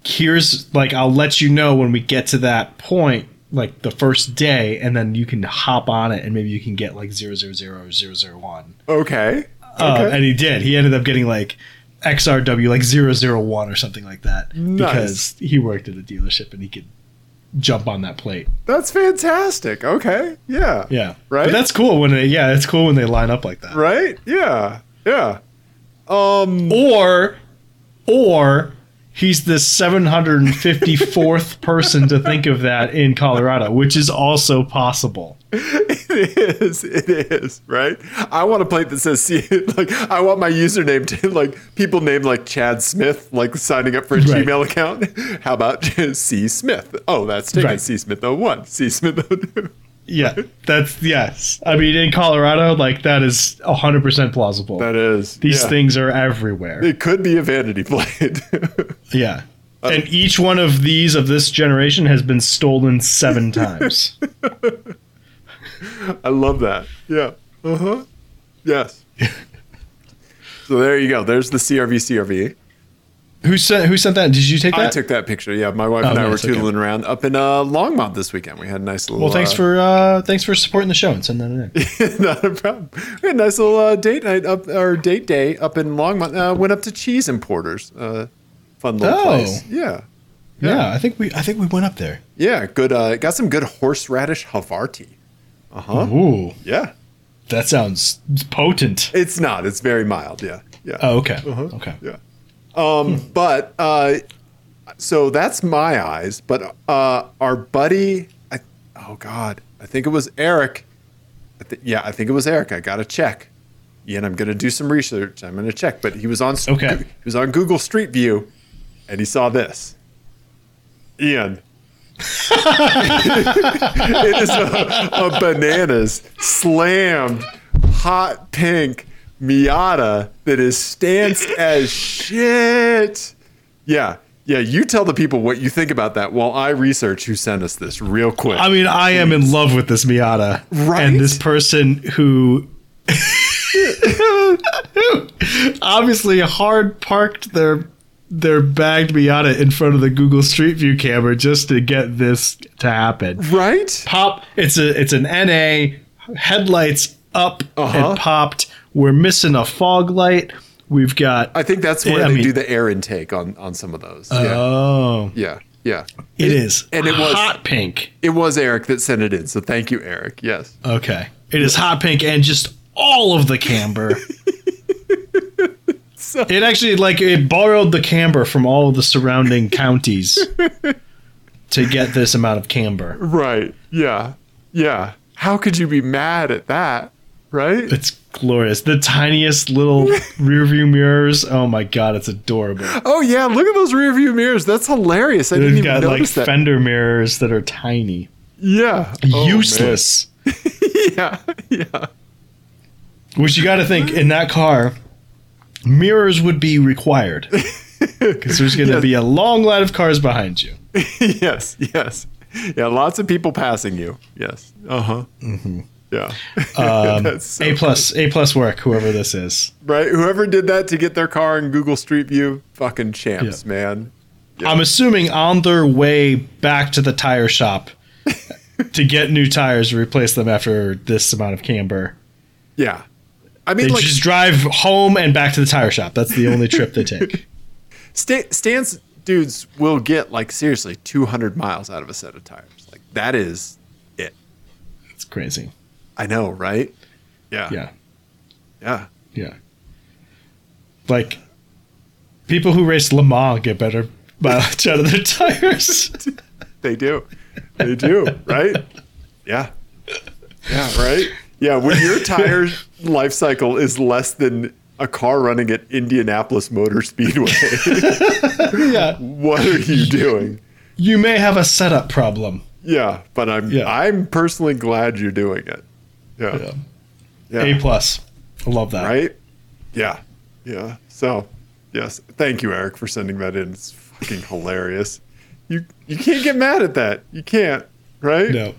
S1: here's like I'll let you know when we get to that point like the first day, and then you can hop on it, and maybe you can get like 000 or 001.
S2: Okay.
S1: Um,
S2: Okay.
S1: and he did. He ended up getting like XRW like 001 or something like that
S2: Nice.
S1: because he worked at a dealership and he could jump on that plate.
S2: That's fantastic. Okay. Yeah.
S1: Yeah.
S2: Right?
S1: But that's cool when they yeah, it's cool when they line up like that.
S2: Right? Yeah. Yeah. Um
S1: Or or he's the 754th person to think of that in Colorado, which is also possible.
S2: it is. It is, right? I want a plate that says C like I want my username to like people named like Chad Smith, like signing up for a
S1: Right.
S2: Gmail account. How about C Smith? Oh, that's taken
S1: Right.
S2: C Smith 01, C Smith 02.
S1: Yeah. That's yes. I mean in Colorado like that is 100% plausible.
S2: That is.
S1: These
S2: yeah.
S1: things are everywhere.
S2: It could be a vanity plate.
S1: Yeah.
S2: uh,
S1: and each one of these of this generation has been stolen seven times.
S2: I love that. Yeah. Uh
S1: Uh-huh.
S2: huh. Yes. so there you go. There's the CRV CRV.
S1: Who sent Who sent that? Did you take that?
S2: I took that picture. Yeah, my wife
S1: Oh,
S2: and I were
S1: nice, okay.
S2: tootling around up in uh, Longmont this weekend. We had a nice little.
S1: well, thanks
S2: uh,
S1: for uh, thanks for supporting the show and sending that in.
S2: not a problem. We had a nice little uh, date night up or date day up in Longmont. Uh, went up to Cheese Importers. Uh, fun little
S1: Oh.
S2: place. Yeah.
S1: yeah. I think we I think we went up there.
S2: Yeah. Good. Uh, got some good horseradish Havarti. Uh huh.
S1: Ooh,
S2: Yeah.
S1: that sounds potent.
S2: It's not. It's very mild. Yeah. Yeah.
S1: Oh, okay,
S2: Uh-huh.
S1: okay.
S2: Yeah. Um, But uh, so that's my eyes. But uh, our buddy, I, oh God, I think it was Eric. I th- yeah, I think it was Eric. I got to check. Yeah, and I'm going to do some research. I'm going to check. But he was on s-
S1: Okay.
S2: Goo- he was on Google Street View, and he saw this. Ian. it is a, a bananas slammed hot pink Miata that is stanced as shit. Yeah. Yeah, you tell the people what you think about that while I research who sent us this real quick.
S1: I mean, I am in love with this Miata,
S2: Right?
S1: And this person who. who obviously hard parked their their bagged Miata in front of the Google Street View camera just to get this to happen.
S2: right?
S1: pop. It's a it's an NA headlights up
S2: Uh-huh.
S1: and popped. We're missing a fog light. We've got
S2: I think that's where
S1: Yeah, I
S2: they
S1: mean-
S2: do the air intake on on some of those. yeah.
S1: oh,
S2: Yeah. Yeah.
S1: it is
S2: and it was-
S1: hot pink.
S2: It was Eric that sent it in, so thank you, Eric. Yes.
S1: Okay, it is hot pink and just all of the camber. it actually like it borrowed the camber from all of the surrounding counties to get this amount of camber.
S2: Right. Yeah. Yeah. How could you be mad at that? Right?
S1: It's glorious. The tiniest little rearview mirrors. Oh my god, it's adorable.
S2: Oh yeah, look at those rear view mirrors. That's hilarious. I didn't
S1: They've
S2: even
S1: got like
S2: notice that.
S1: fender mirrors that are tiny,
S2: yeah. Oh,
S1: useless.
S2: man. Yeah. Yeah.
S1: Which you got to think in that car, mirrors would be required because there's going to
S2: Yes.
S1: be a long line of cars behind you.
S2: yes. Yes. Yeah, lots of people passing you. Yes. Uh-huh.
S1: Mm-hmm.
S2: Yeah.
S1: Um,
S2: That's so-
S1: A plus, A plus work. Whoever this is,
S2: right? Whoever did that to get their car in Google Street View, fucking champs, man.
S1: I'm assuming on their way back to the tire shop to get new tires to replace them after this amount of camber.
S2: Yeah. I mean
S1: They
S2: like
S1: just drive home and back to the tire shop. That's the only trip they take.
S2: Stan, Stan's dudes will get like seriously 200 miles out of a set of tires. Like that is it.
S1: It's crazy.
S2: I know, right? Yeah.
S1: Yeah.
S2: Yeah.
S1: Yeah. Like people who race Le Mans get better mileage out of their tires.
S2: They do. They do, right? Yeah. Yeah, right? Yeah, when your tire life cycle is less than a car running at Indianapolis Motor Speedway,
S1: yeah.
S2: what are you doing?
S1: You may have a setup problem.
S2: Yeah, but I'm
S1: Yeah.
S2: I'm personally glad you're doing it. Yeah.
S1: Yeah.
S2: Yeah.
S1: A plus. I love that.
S2: right? Yeah, yeah. So, yes, thank you, Eric, for sending that in. It's fucking hilarious. You you can't get mad at that. You can't, right?
S1: No.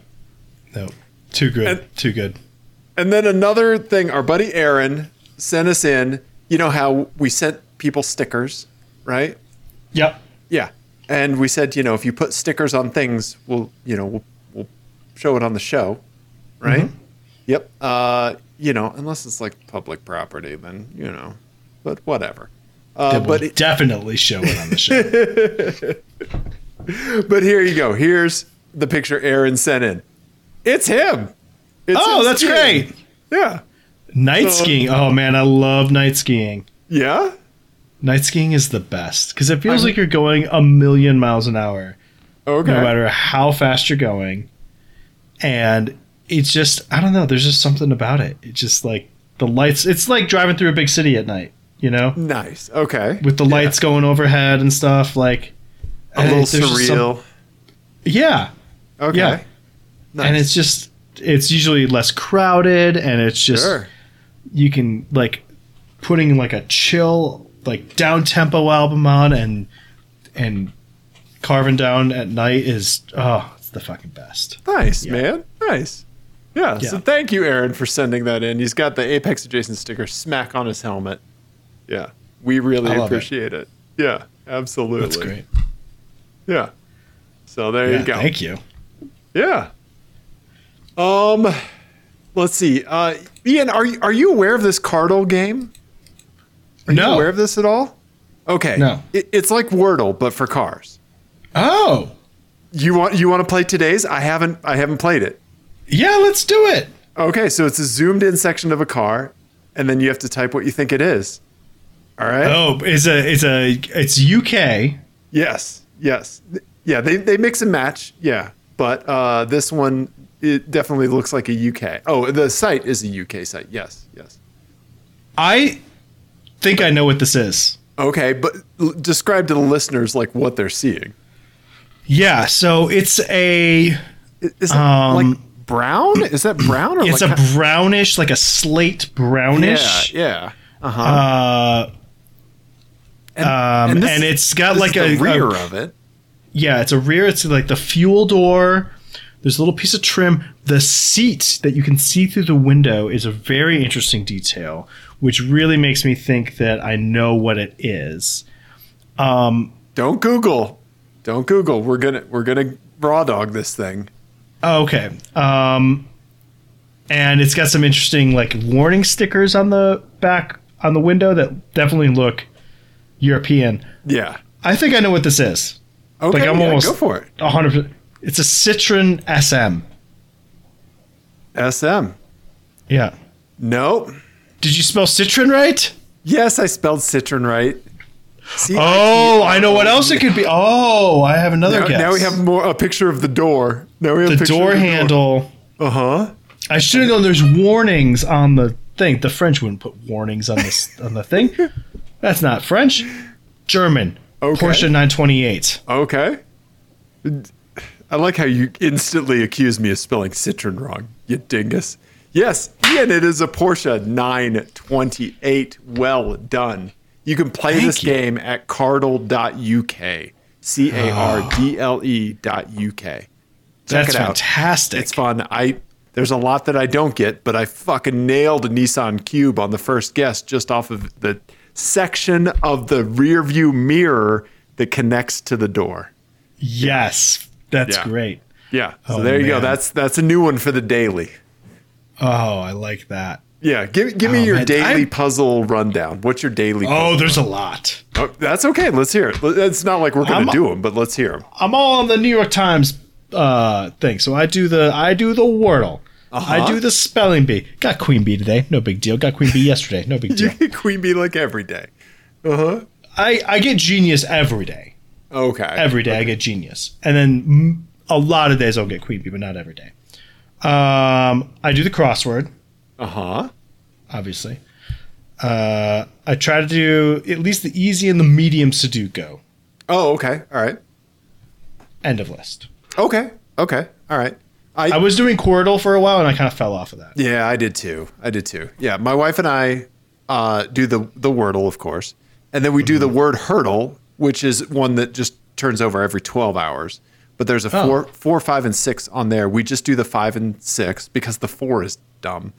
S1: No. Too good.
S2: And-
S1: Too good.
S2: And then another thing, our buddy Aaron sent us in. You know how we sent people stickers, right?
S1: Yep.
S2: Yeah. And we said, you know, if you put stickers on things, we'll, you know, we'll, we'll show it on the show, right?
S1: Mm-hmm.
S2: Yep. Uh, you know, unless it's like public property, then you know, but whatever. Uh,
S1: But
S2: but it-
S1: definitely show it on the show.
S2: but here you go. Here's the picture Aaron sent in. It's him. It's
S1: oh,
S2: him
S1: that's
S2: skiing.
S1: great.
S2: Yeah.
S1: Night
S2: So-
S1: skiing. Oh man, I love night skiing.
S2: Yeah.
S1: Night skiing is the best because it feels
S2: I'm-
S1: like you're going a million miles an hour,
S2: Okay.
S1: no matter how fast you're going, and it's just I don't know. There's just something about it. It's just like the lights. It's like driving through a big city at night. You know,
S2: Nice. Okay.
S1: with the
S2: Yeah.
S1: lights going overhead and stuff. Like
S2: A little
S1: there's just some-
S2: surreal.
S1: yeah,
S2: okay.
S1: yeah.
S2: Nice.
S1: and it's just it's usually less crowded, and it's just
S2: sure.
S1: you can like putting like a chill like down tempo album on and and carving down at night is oh it's the fucking best
S2: Nice,
S1: Yeah.
S2: man. Nice. Yeah, So
S1: Yeah.
S2: thank you, Aaron, for sending that in. He's got the Apex Adjacent sticker smack on his helmet. Yeah. We really
S1: I love it.
S2: appreciate it. Yeah. Absolutely.
S1: that's great
S2: Yeah. So there
S1: Yeah,
S2: you go.
S1: thank you
S2: Yeah. Um, let's see. Uh, Ian, are you are you aware of this Cardle game? Are you
S1: No.
S2: aware of this at all? Okay.
S1: No.
S2: It, it's like Wordle, but for cars.
S1: oh
S2: You want you want to play today's? I haven't I haven't played it.
S1: yeah let's do it
S2: Okay, so it's a zoomed in section of a car, and then you have to type what you think it is. All right.
S1: oh it's a it's a it's uk
S2: Yes. Yes. Yeah. They they mix and match. Yeah. But uh, this one it definitely looks like a UK. Oh, the site is a UK site. Yes. Yes.
S1: i think i know what this is
S2: Okay, but l- describe to the listeners like what they're seeing.
S1: yeah so it's a
S2: I- Is it like
S1: Um,
S2: brown? Is that brown or
S1: it's
S2: like
S1: a brownish like a slate brownish
S2: Yeah, yeah. Uh-huh.
S1: uh
S2: And,
S1: um,
S2: this-
S1: and it's got
S2: this
S1: like
S2: is
S1: a-
S2: the rear
S1: a
S2: of it.
S1: Yeah, it's a rear. It's like the fuel door. There's a little piece of trim. The seat that you can see through the window is a very interesting detail, which really makes me think that I know what it is.
S2: Don't Google. Don't Google. We're gonna we're gonna raw dog this thing.
S1: Okay. Um, and it's got some interesting like warning stickers on the back on the window that definitely look European.
S2: Yeah.
S1: I think I know what this is.
S2: Okay.
S1: I'm
S2: yeah,
S1: almost-
S2: go for it.
S1: 100%. It's a Citroen SM.
S2: SM.
S1: Yeah.
S2: Nope.
S1: Did you spell Citroen right?
S2: Yes, I spelled Citron right. See,
S1: Oh, I know what else it could be. Oh, I have another
S2: now,
S1: guess.
S2: now we have more a picture of the door. Now we have
S1: the
S2: a picture
S1: door
S2: of
S1: handle.
S2: Uh huh.
S1: I should have known. There's warnings on the thing. The French wouldn't put warnings on this on the thing. That's not French. German.
S2: Okay.
S1: Porsche 928.
S2: Okay. I like how you instantly accuse me of spelling citron wrong, you dingus. Yes, Ian, it is a Porsche 928. Well done. You can play
S1: Thank
S2: this
S1: you.
S2: game at cardle.uk. C A R D L E dot UK. Check
S1: That's
S2: it out.
S1: fantastic.
S2: It's fun. I there's a lot that I don't get, but I fucking nailed a Nissan Cube on the first guess just off of the section of the rear view mirror that connects to the door.
S1: yes, that's
S2: Yeah.
S1: great.
S2: Yeah. So
S1: Oh,
S2: there you go.
S1: man.
S2: That's that's a new one for the daily.
S1: Oh, I like that.
S2: Yeah. Give give me
S1: Oh,
S2: your
S1: man,
S2: daily
S1: I'm-
S2: puzzle rundown. What's your daily?
S1: Oh, there's a lot.
S2: puzzle? Oh, that's okay. Let's hear it. Let- It's not like we're gonna
S1: I'm-
S2: do them, but let's hear them.
S1: I'm all on the New York Times uh, thing. So I do the I do the Wordle.
S2: Uh-huh.
S1: I do the spelling bee. Got Queen Bee today. No big deal. Got Queen Bee yesterday. No big
S2: You
S1: deal.
S2: get Queen Bee like every day.
S1: I, I get genius every day.
S2: Okay.
S1: Every day I get genius, and then mm, a lot of days I'll get queen bee, but not every day. Um, I do the crossword,
S2: Uh huh.
S1: obviously. Uh, I try to do at least the easy and the medium Sudoku.
S2: Oh, okay. All right.
S1: End of list.
S2: Okay. Okay. All right.
S1: I was doing Quirtle for a while, and I kind of fell off of that.
S2: Yeah, I did too. I did too. Yeah, my wife and I uh, do the the Wordle, of course, and then we do
S1: Mm-hmm.
S2: the word hurdle, which is one that just turns over every twelve hours. But there's a
S1: Oh.
S2: four, four, five, and six on there. We just do the five and six because the four is dumb.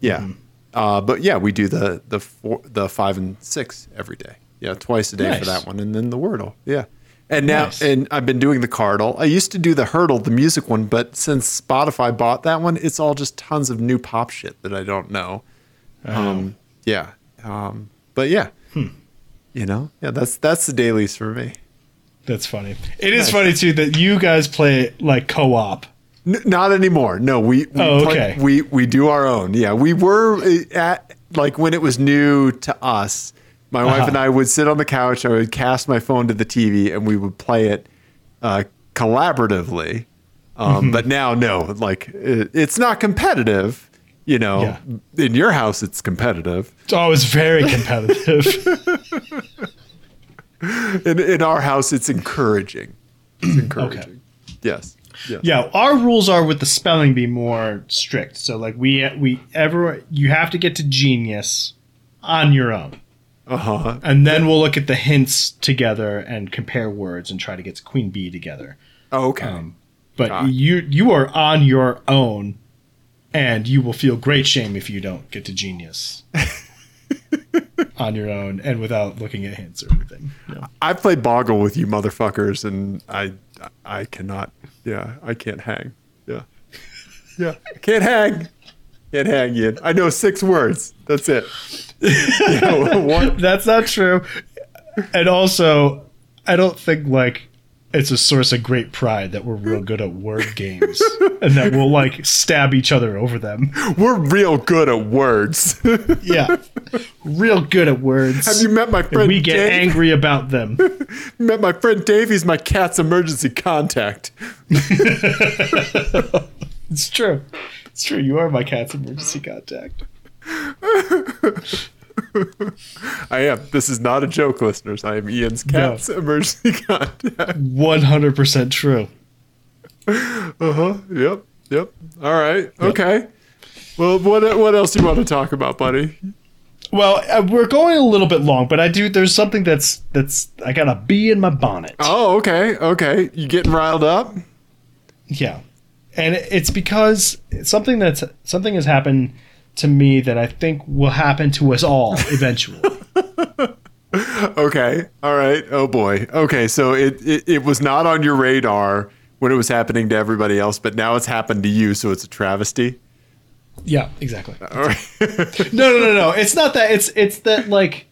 S2: Yeah,
S1: Mm-hmm.
S2: uh, but yeah, we do the the four, the five and six every day. Yeah, twice a day for
S1: Nice.
S2: that one, and then the Wordle. Yeah, And now,
S1: Nice.
S2: and I've been doing the cardle. I used to do the hurdle, the music one, but since Spotify bought that one, it's all just tons of new pop shit that I don't know. Um, yeah. Um, but yeah, you know, yeah, that's that's the dailies for me.
S1: That's funny. It is funny too that you guys play like co-op.
S2: N- not anymore. No, we we,
S1: Oh,
S2: play-
S1: okay.
S2: we we do our own. Yeah, we were uh, at like when it was new to us. My
S1: Uh-huh.
S2: wife and I would sit on the couch. I would cast my phone to the TV, and we would play it uh, collaboratively.
S1: Mm-hmm.
S2: Um, But now, no, like it, it's not competitive. You know, in your house, it's competitive.
S1: It's always very competitive.
S2: In, in our house, it's encouraging. It's encouraging. Yes. Yes.
S1: yeah, our rules are with the spelling be more strict. So like we we ever you have to get to genius on your own.
S2: Uh huh.
S1: And then we'll look at the hints together and compare words and try to get to queen bee together.
S2: Oh, okay.
S1: Um, But
S2: Ah.
S1: you you are on your own and you will feel great shame if you don't get to genius. on your own and without looking at hints or anything. No.
S2: I've played Boggle with you motherfuckers, and I, I cannot. Yeah, I can't hang. Yeah, yeah, I can't hang. Can't hang, Ian. I know six words. That's it. Yeah, one-
S1: That's not true. And also, I don't think like it's a source of great pride that we're real good at word games and that we'll like stab each other over them.
S2: we're real good at words. Have
S1: Yeah. Real good at words.
S2: you met my friend?
S1: and we get
S2: Dave?
S1: angry about them.
S2: Met my friend Dave. He's my cat's emergency contact.
S1: It's true. It's true. You are my cat's emergency contact.
S2: I am. This is not a joke, listeners. I am Ian's cat's emergency contact.
S1: 100% true.
S2: Uh huh. Yep. Yep. All right. Okay. Well, what what else do you want to talk about, buddy?
S1: Well, uh, we're going a little bit long, but I do. There's something that's that's I got a bee in my bonnet.
S2: Oh, okay, okay. You getting riled up?
S1: Yeah, and it's because something that's something has happened to me that I think will happen to us all eventually.
S2: Okay, all right. Oh boy. Okay, so it, it it was not on your radar when it was happening to everybody else, but now it's happened to you, so it's a travesty.
S1: yeah, exactly.
S2: All right.
S1: no, no, no, no. It's not that. It's it's that like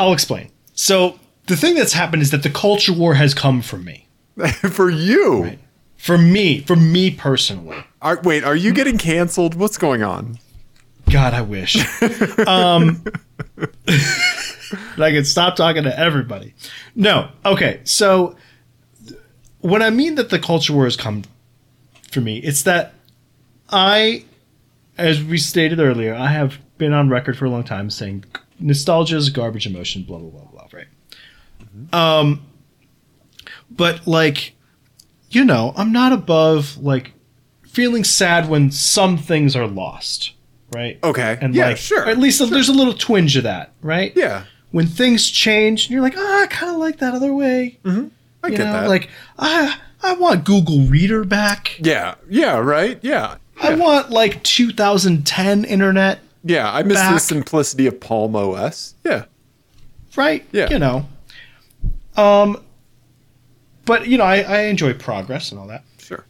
S1: I'll explain. So the thing that's happened is that the culture war has come from me.
S2: For you.
S1: For me, for me personally.
S2: Are, wait, are you getting canceled? What's going on?
S1: God, I wish. um, that I could stop talking to everybody. No. Okay. So th- when I mean that the culture war has come for me, it's that I, as we stated earlier, I have been on record for a long time saying nostalgia is a garbage emotion, blah, blah, blah, blah, right?
S2: Mm-hmm.
S1: Um, but like, you know, I'm not above like feeling sad when some things are lost, right?
S2: Okay.
S1: and
S2: yeah,
S1: like
S2: sure.
S1: or at least there's a little twinge of that right
S2: yeah,
S1: when things change and you're like ah i kind of like that other way
S2: I
S1: you
S2: get
S1: know
S2: that.
S1: like i i want google reader back
S2: yeah, yeah, right? Yeah.
S1: i want like 2010 internet
S2: Yeah, I miss the
S1: Back.
S2: simplicity of Palm OS. Yeah.
S1: right
S2: Yeah.
S1: you know um but you know i, I enjoy progress and all that
S2: Sure.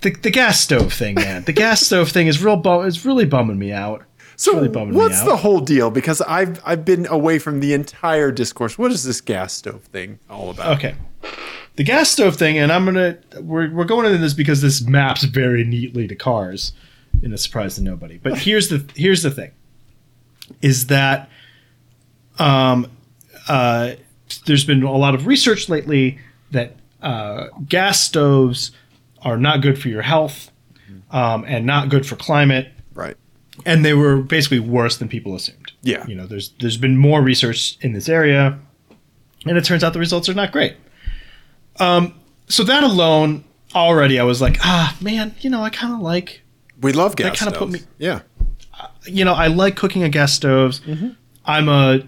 S1: the, the gas stove thing man the gas stove thing is real bum is really bumming me out
S2: So
S1: really bumming me
S2: what's
S1: out.
S2: the whole deal? Because I've I've been away from the entire discourse. What is this gas stove thing all about?
S1: Okay. The gas stove thing, and I'm gonna we're we're going into this because this maps very neatly to cars in a surprise to nobody. But here's the here's the thing. Is that um uh there's been a lot of research lately that uh, gas stoves are not good for your health um, and not good for climate
S2: Right.
S1: and they were basically worse than people assumed.
S2: Yeah.
S1: You know, there's there's been more research in this area, and it turns out the results are not great. Um, so that alone, already, I was like, ah, man, you know, I kind of like
S2: We love gas.
S1: kinda put
S2: stoves.
S1: me-
S2: Yeah.
S1: you know, I like cooking at gas stoves. I'm a,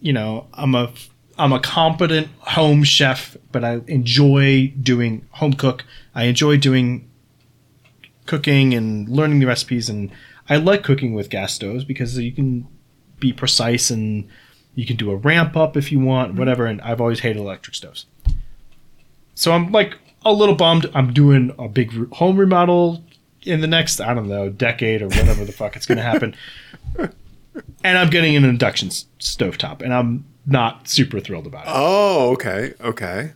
S1: you know, I'm a, I'm a competent home chef, but I enjoy doing home cook. I enjoy doing cooking and learning the recipes, and I like cooking with gas stoves because you can be precise and You can do a ramp up if you want, whatever. And I've always hated electric stoves. So I'm like a little bummed. I'm doing a big re- home remodel in the next, I don't know, decade or whatever the fuck it's going to happen. And I'm getting an induction s- stovetop, and I'm not super thrilled about it.
S2: Oh, okay, okay.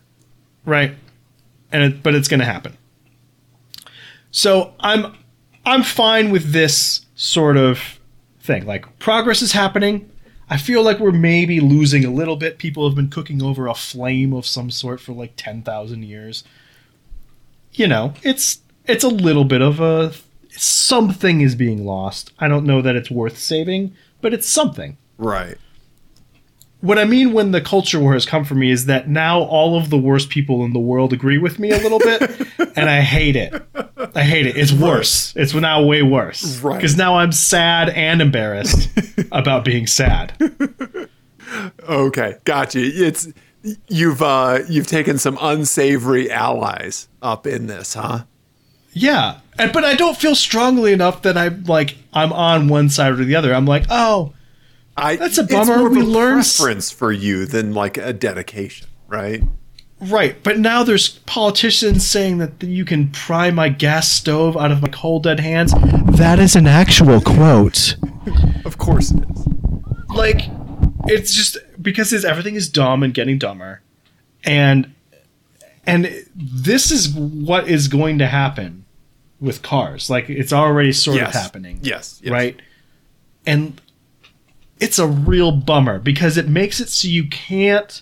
S1: right? And it, but it's going to happen. So I'm I'm fine with this sort of thing. Like progress is happening. I feel like we're maybe losing a little bit. People have been cooking over a flame of some sort for like 10,000 years. You know, it's it's a little bit of a something is being lost. I don't know that it's worth saving, but it's something
S2: Right.
S1: what I mean when the culture war has come for me is that now all of the worst people in the world agree with me a little bit, and I hate it. I hate it. It's worse. It's now way worse.
S2: Right.
S1: Because now I'm sad and embarrassed about being sad.
S2: Okay, gotcha. It's you've uh, you've taken some unsavory allies up in this, huh?
S1: Yeah. And, but I don't feel strongly enough that I'm like I'm on one side or the other. I'm like, oh,
S2: I
S1: That's a
S2: It's
S1: bummer.
S2: more of
S1: We
S2: a
S1: learned s-
S2: preference for you than like a dedication, right?
S1: Right, but now there's politicians saying that you can pry my gas stove out of my cold dead hands. That is an actual quote.
S2: Of course it is.
S1: like it's just because it's, everything is dumb and getting dumber and and this is what is going to happen with cars like it's already sort
S2: Yes.
S1: of happening
S2: Yes, yes.
S1: right and it's a real bummer because it makes it so you can't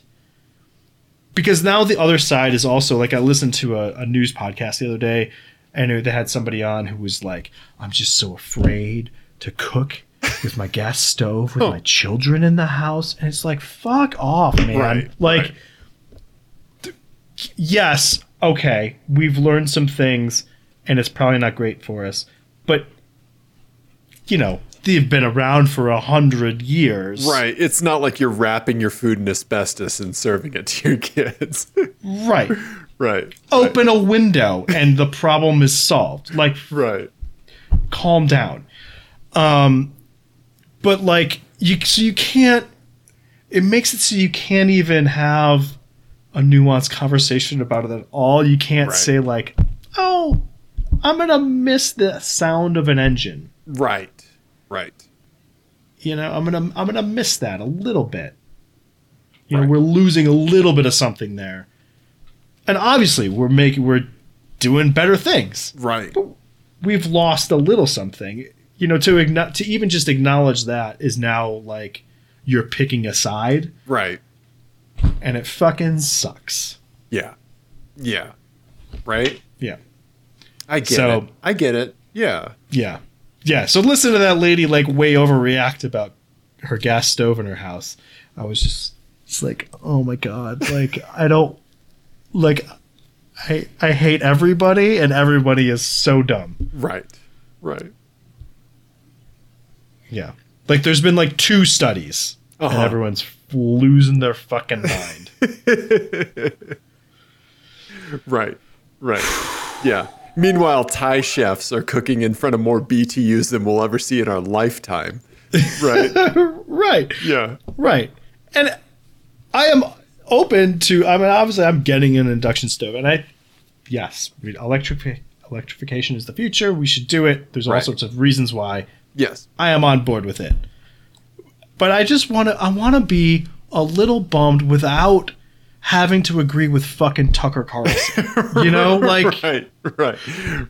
S1: because now the other side is also like I listened to a, a news podcast the other day and they had somebody on who was like, I'm just so afraid to cook with my gas stove
S2: Oh.
S1: with my children in the house. And it's like, fuck off, man.
S2: Right,
S1: like
S2: right.
S1: th- yes, okay, we've learned some things and it's probably not great for us. But you know, they've been around for a hundred years.
S2: Right. It's not like you're wrapping your food in asbestos and serving it to your kids.
S1: Right.
S2: right.
S1: Open a window and the problem is solved. Like
S2: Right.
S1: calm down. Um, but like you, so you can't. It makes it so you can't even have a nuanced conversation about it at all. You can't
S2: Right.
S1: say like, "Oh, I'm gonna miss the sound of an engine."
S2: Right. Right.
S1: You know, I'm gonna I'm gonna miss that a little bit. You know, we're losing a little bit of something there, and obviously we're making we're doing better things.
S2: Right.
S1: we've lost a little something. You know, to igno- to even just acknowledge that is now like you're picking a side,
S2: Right.
S1: and it fucking sucks.
S2: Yeah. Yeah. Right?
S1: Yeah,
S2: I get
S1: So-
S2: it. I get it. Yeah.
S1: yeah, yeah. So listen to that lady like way overreact about her gas stove in her house. I was just, it's like, oh my god, like I don't, like, I I hate everybody, and everybody is so dumb.
S2: Right. Right.
S1: Yeah. Like there's been like two studies and
S2: Uh-huh.
S1: everyone's losing their fucking mind.
S2: Right. Right. yeah. Meanwhile, Thai chefs are cooking in front of more BTUs than we'll ever see in our lifetime. Right.
S1: right.
S2: yeah.
S1: Right. And I am open to I mean obviously I'm getting an induction stove and I yes, I mean, electrifi- electrification is the future. We should do it. There's all
S2: Right.
S1: sorts of reasons why
S2: Yes.
S1: I am on board with it. But I just want to I want to be a little bummed without having to agree with fucking Tucker Carlson. you know, like
S2: Right. Right.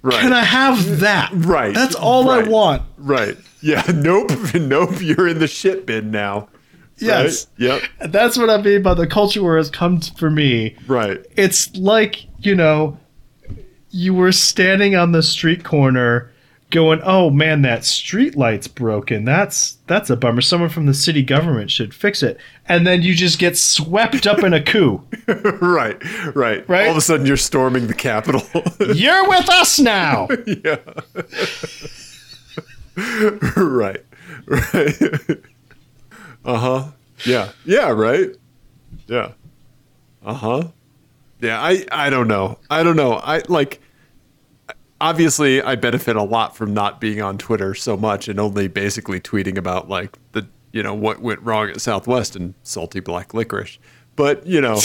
S2: Right.
S1: Can I have that?
S2: Right.
S1: That's all
S2: Right.
S1: I want.
S2: Right. Yeah. Nope. Nope. You're in the shit bin now.
S1: Yes.
S2: Right? Yep.
S1: That's what I mean by the culture war has come t- for me.
S2: Right.
S1: It's like, you know, you were standing on the street corner going, "Oh man, that street light's broken. That's that's a bummer. Someone from the city government should fix it." And then you just get swept up in a coup.
S2: right. Right.
S1: Right?
S2: All of a sudden, you're storming the Capitol.
S1: You're with us now.
S2: yeah. right. Right. uh huh. Yeah. Yeah. Right. Yeah. Uh huh. Yeah. I. I don't know. I don't know. I like. Obviously, I benefit a lot from not being on Twitter so much and only basically tweeting about like the you know, what went wrong at Southwest and salty black licorice. But, you know,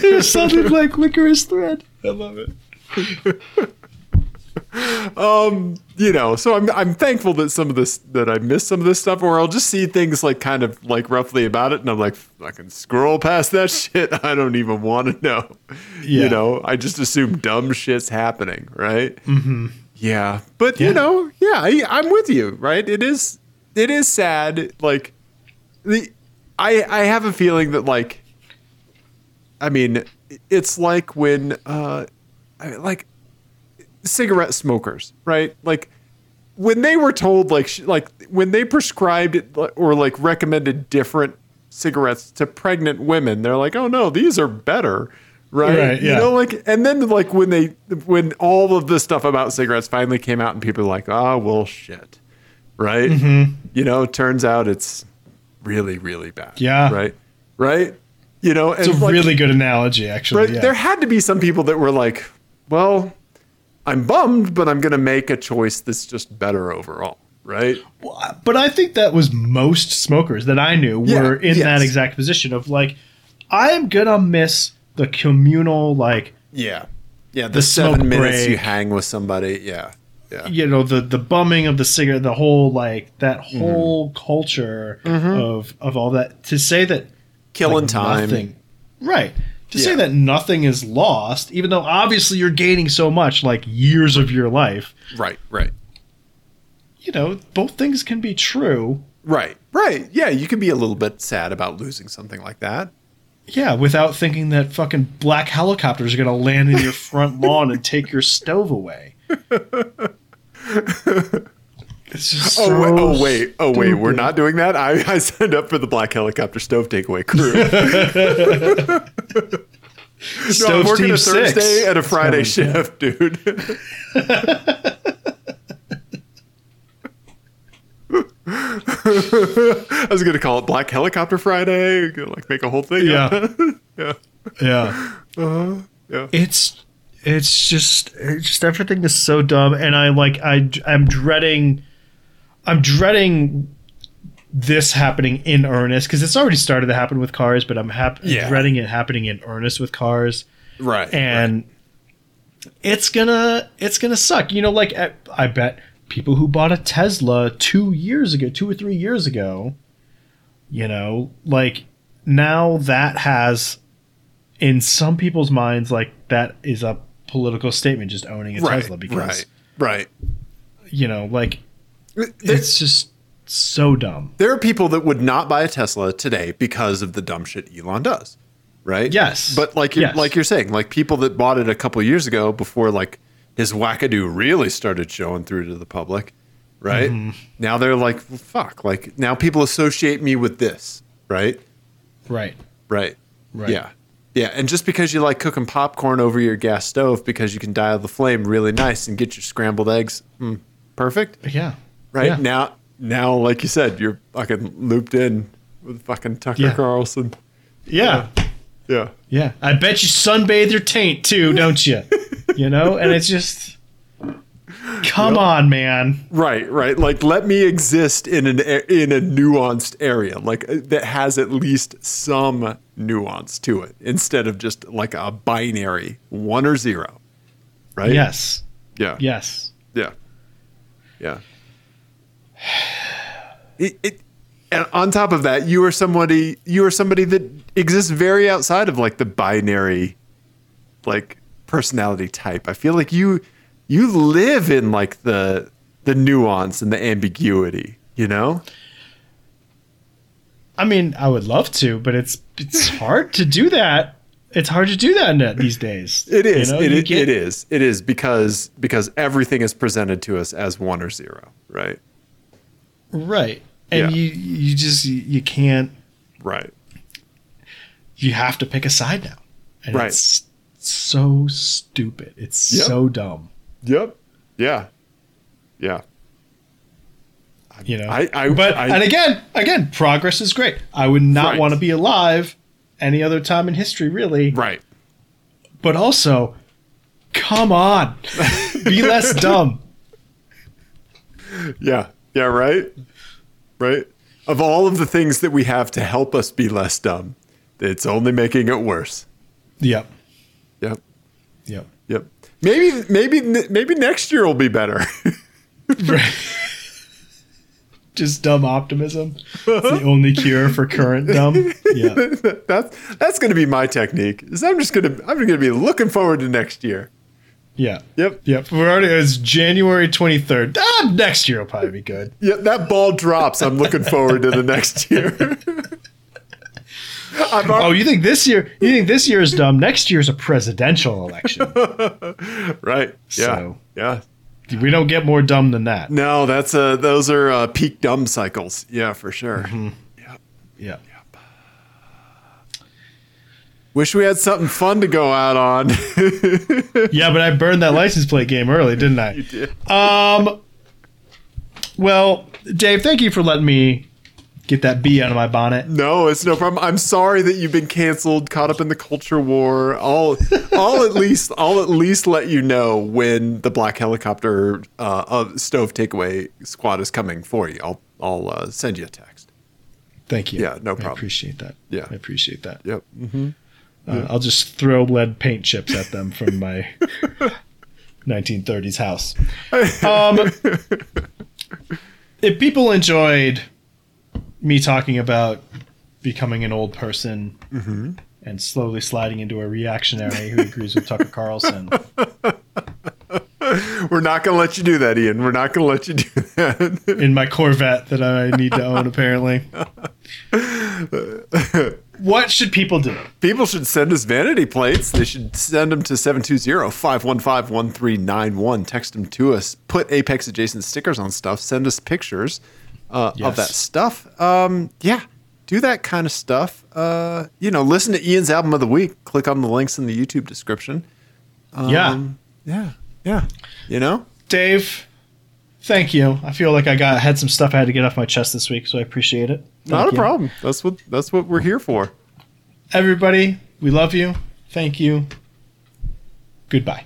S1: There's something like licorice thread. I love it.
S2: you know, so I'm I'm thankful that some of this that I missed some of this stuff, or I'll just see things like kind of like roughly about it, and I'm like, fucking scroll past that shit. I don't even want to know.
S1: Yeah.
S2: You know, I just assume dumb shit's happening, right? Mm-hmm. Yeah, but you know, yeah, I, I'm with you, right? It is it is sad. Like the I I have a feeling that like I mean, it's like when uh, I- like cigarette smokers, right? Like when they were told, like, sh- like when they prescribed or like recommended different cigarettes to pregnant women, they're like, oh no, these are better, right?
S1: Right,
S2: You
S1: yeah.
S2: know, like, and then like when they when all of this stuff about cigarettes finally came out, and people are like, oh well, shit, right?
S1: Mm-hmm.
S2: You know, turns out it's really really bad.
S1: Yeah.
S2: Right. Right. You know, and
S1: It's a
S2: like,
S1: really good analogy, actually.
S2: but
S1: yeah.
S2: there had to be some people that were like, well, I'm bummed, but I'm going to make a choice that's just better overall, right?
S1: but I think that was most smokers that I knew
S2: Yeah,
S1: were in
S2: yes.
S1: that exact position of like, I am gonna miss the communal like
S2: Yeah. Yeah, the,
S1: smoke
S2: seven minutes
S1: break.
S2: you hang with somebody, yeah. Yeah.
S1: you know the the bumming of the cigarette the whole like that
S2: Mm-hmm.
S1: whole culture of of all that to say that
S2: Killing
S1: like,
S2: time.
S1: nothing right to say
S2: Yeah.
S1: that nothing is lost even though obviously you're gaining so much like years of your life
S2: Right, right.
S1: you know both things can be true
S2: Right, right. Yeah, you can be a little bit sad about losing something like that.
S1: yeah without thinking that fucking black helicopters are going to land in your front lawn and take your stove away it's just
S2: Oh,
S1: so
S2: wa- oh wait, oh wait, we're
S1: stupid.
S2: not doing that. I, I signed up for the black helicopter stove takeaway crew. No, I'm
S1: Stove
S2: working
S1: Team
S2: a
S1: Six.
S2: Thursday and a
S1: It's
S2: Friday
S1: coming.
S2: shift, dude. I was gonna call it Black Helicopter Friday, gonna, like make a whole thing. out
S1: Yeah.
S2: of it.
S1: Yeah.
S2: Uh-huh. yeah.
S1: It's it's just it's just everything is so dumb and I like I I'm dreading I'm dreading this happening in earnest cuz it's already started to happen with cars but I'm hap-
S2: Yeah.
S1: dreading it happening in earnest with cars
S2: right.
S1: and it's gonna it's gonna suck you know like I, I bet people who bought a tesla two years ago two or three years ago you know like now that has in some people's minds like that is a political statement just owning a
S2: right,
S1: tesla because
S2: right,
S1: you know like
S2: right. There,
S1: it's just so dumb
S2: there are people that would not buy a Tesla today because of the dumb shit Elon does, right?
S1: Yes.
S2: but like you're,
S1: Yes.
S2: like you're saying, like people that bought it a couple years ago before like his wackadoo really started showing through to the public, right?
S1: Mm-hmm.
S2: Now they're like, well, fuck, like now people associate me with this, right?
S1: right
S2: Right.
S1: Right.
S2: Yeah. Yeah. And just because you like cooking popcorn over your gas stove because you can dial the flame really nice and get your scrambled eggs mm, perfect,
S1: yeah
S2: right?
S1: Yeah.
S2: Now, now, like you said, you're fucking looped in with fucking Tucker
S1: Yeah.
S2: Carlson.
S1: yeah
S2: Yeah.
S1: Yeah. I bet you sunbathe your taint too, don't you? you know? And it's just Come on, man.
S2: Right, right. Like, let me exist in an a- in a nuanced area, like uh, that has at least some nuance to it, instead of just like a binary one or zero. Right.
S1: Yes.
S2: Yeah.
S1: Yes.
S2: Yeah. Yeah. It, it, and on top of that, you are somebody you are somebody that exists very outside of like the binary like personality type. I feel like you you live in like the the nuance and the ambiguity, you know?
S1: I mean, I would love to, but it's it's hard to do that. It's hard to do that in these days.
S2: It is.
S1: You know,
S2: it,
S1: you
S2: i-
S1: get-
S2: it is. It is because because everything is presented to us as one or zero, right?
S1: Right. And
S2: Yeah.
S1: you you just you can't
S2: Right.
S1: you have to pick a side now. And
S2: Right.
S1: it's so stupid. It's
S2: Yep.
S1: so dumb.
S2: Yep. Yeah. Yeah.
S1: You know.
S2: I- I-
S1: but
S2: I-
S1: and again, again, progress is great. I would not
S2: Right.
S1: want to be alive any other time in history, really.
S2: Right.
S1: But also, come on, be less dumb.
S2: Yeah. Yeah. Right. Right. of all of the things that we have to help us be less dumb, it's only making it worse.
S1: Yep.
S2: Yep.
S1: Yep.
S2: Yep. Maybe maybe maybe next year will be better.
S1: Just dumb optimism. It's the only cure for current dumb. Yeah.
S2: that's that's going to be my technique. Is I'm just going to I'm going to be looking forward to next year.
S1: Yeah.
S2: Yep.
S1: Yep. We're already it's January twenty third. Ah, next year will probably be good.
S2: Yeah, that ball drops. I'm looking forward to the next year. I've
S1: Oh,
S2: already,
S1: you think this year you think this year is dumb. Next year's a presidential election. Oh,
S2: right. Yeah.
S1: So-
S2: Yeah.
S1: We don't get more dumb than that.
S2: No, that's uh those are uh, peak dumb cycles. Yeah, for sure.
S1: Mm-hmm. Yeah.
S2: Wish we had something fun to go out on.
S1: Yeah, but I burned that license plate game early, didn't I? You
S2: did.
S1: Um Well, Dave, thank you for letting me get that bee out of my bonnet.
S2: no, it's no problem. I'm sorry that you've been canceled, caught up in the culture war. I'll I'll at least I'll at least let you know when the black helicopter uh, uh stove takeaway squad is coming for you. I'll I'll uh, send you a text.
S1: Thank you.
S2: Yeah, no problem.
S1: I appreciate that.
S2: Yeah.
S1: I appreciate that.
S2: Yep.
S1: Uh, I'll just throw lead paint chips at them from my 1930s house. Um, if people enjoyed me talking about becoming an old person
S2: Mm-hmm.
S1: and slowly sliding into a reactionary who agrees with Tucker Carlson,
S2: We're not going to let you do that, Ian. We're not going to let you do that.
S1: in my Corvette that I need to own, apparently. What should people do?
S2: People should send us vanity plates. They should send them to 720-515-1391. Text them to us. Put Apex adjacent stickers on stuff. Send us pictures uh, of
S1: Yes.
S2: that stuff. Um, yeah, do that kind of stuff. Uh, you know, listen to Ian's album of the week. Click on the links in the YouTube description. Um,
S1: yeah.
S2: Yeah, yeah. You know?
S1: Dave, thank you. I feel like I got had some stuff I had to get off my chest this week, so I appreciate it.
S2: Not
S1: Thank
S2: a
S1: you.
S2: problem. That's what that's what we're here for.
S1: Everybody, we love you. Thank you. Goodbye.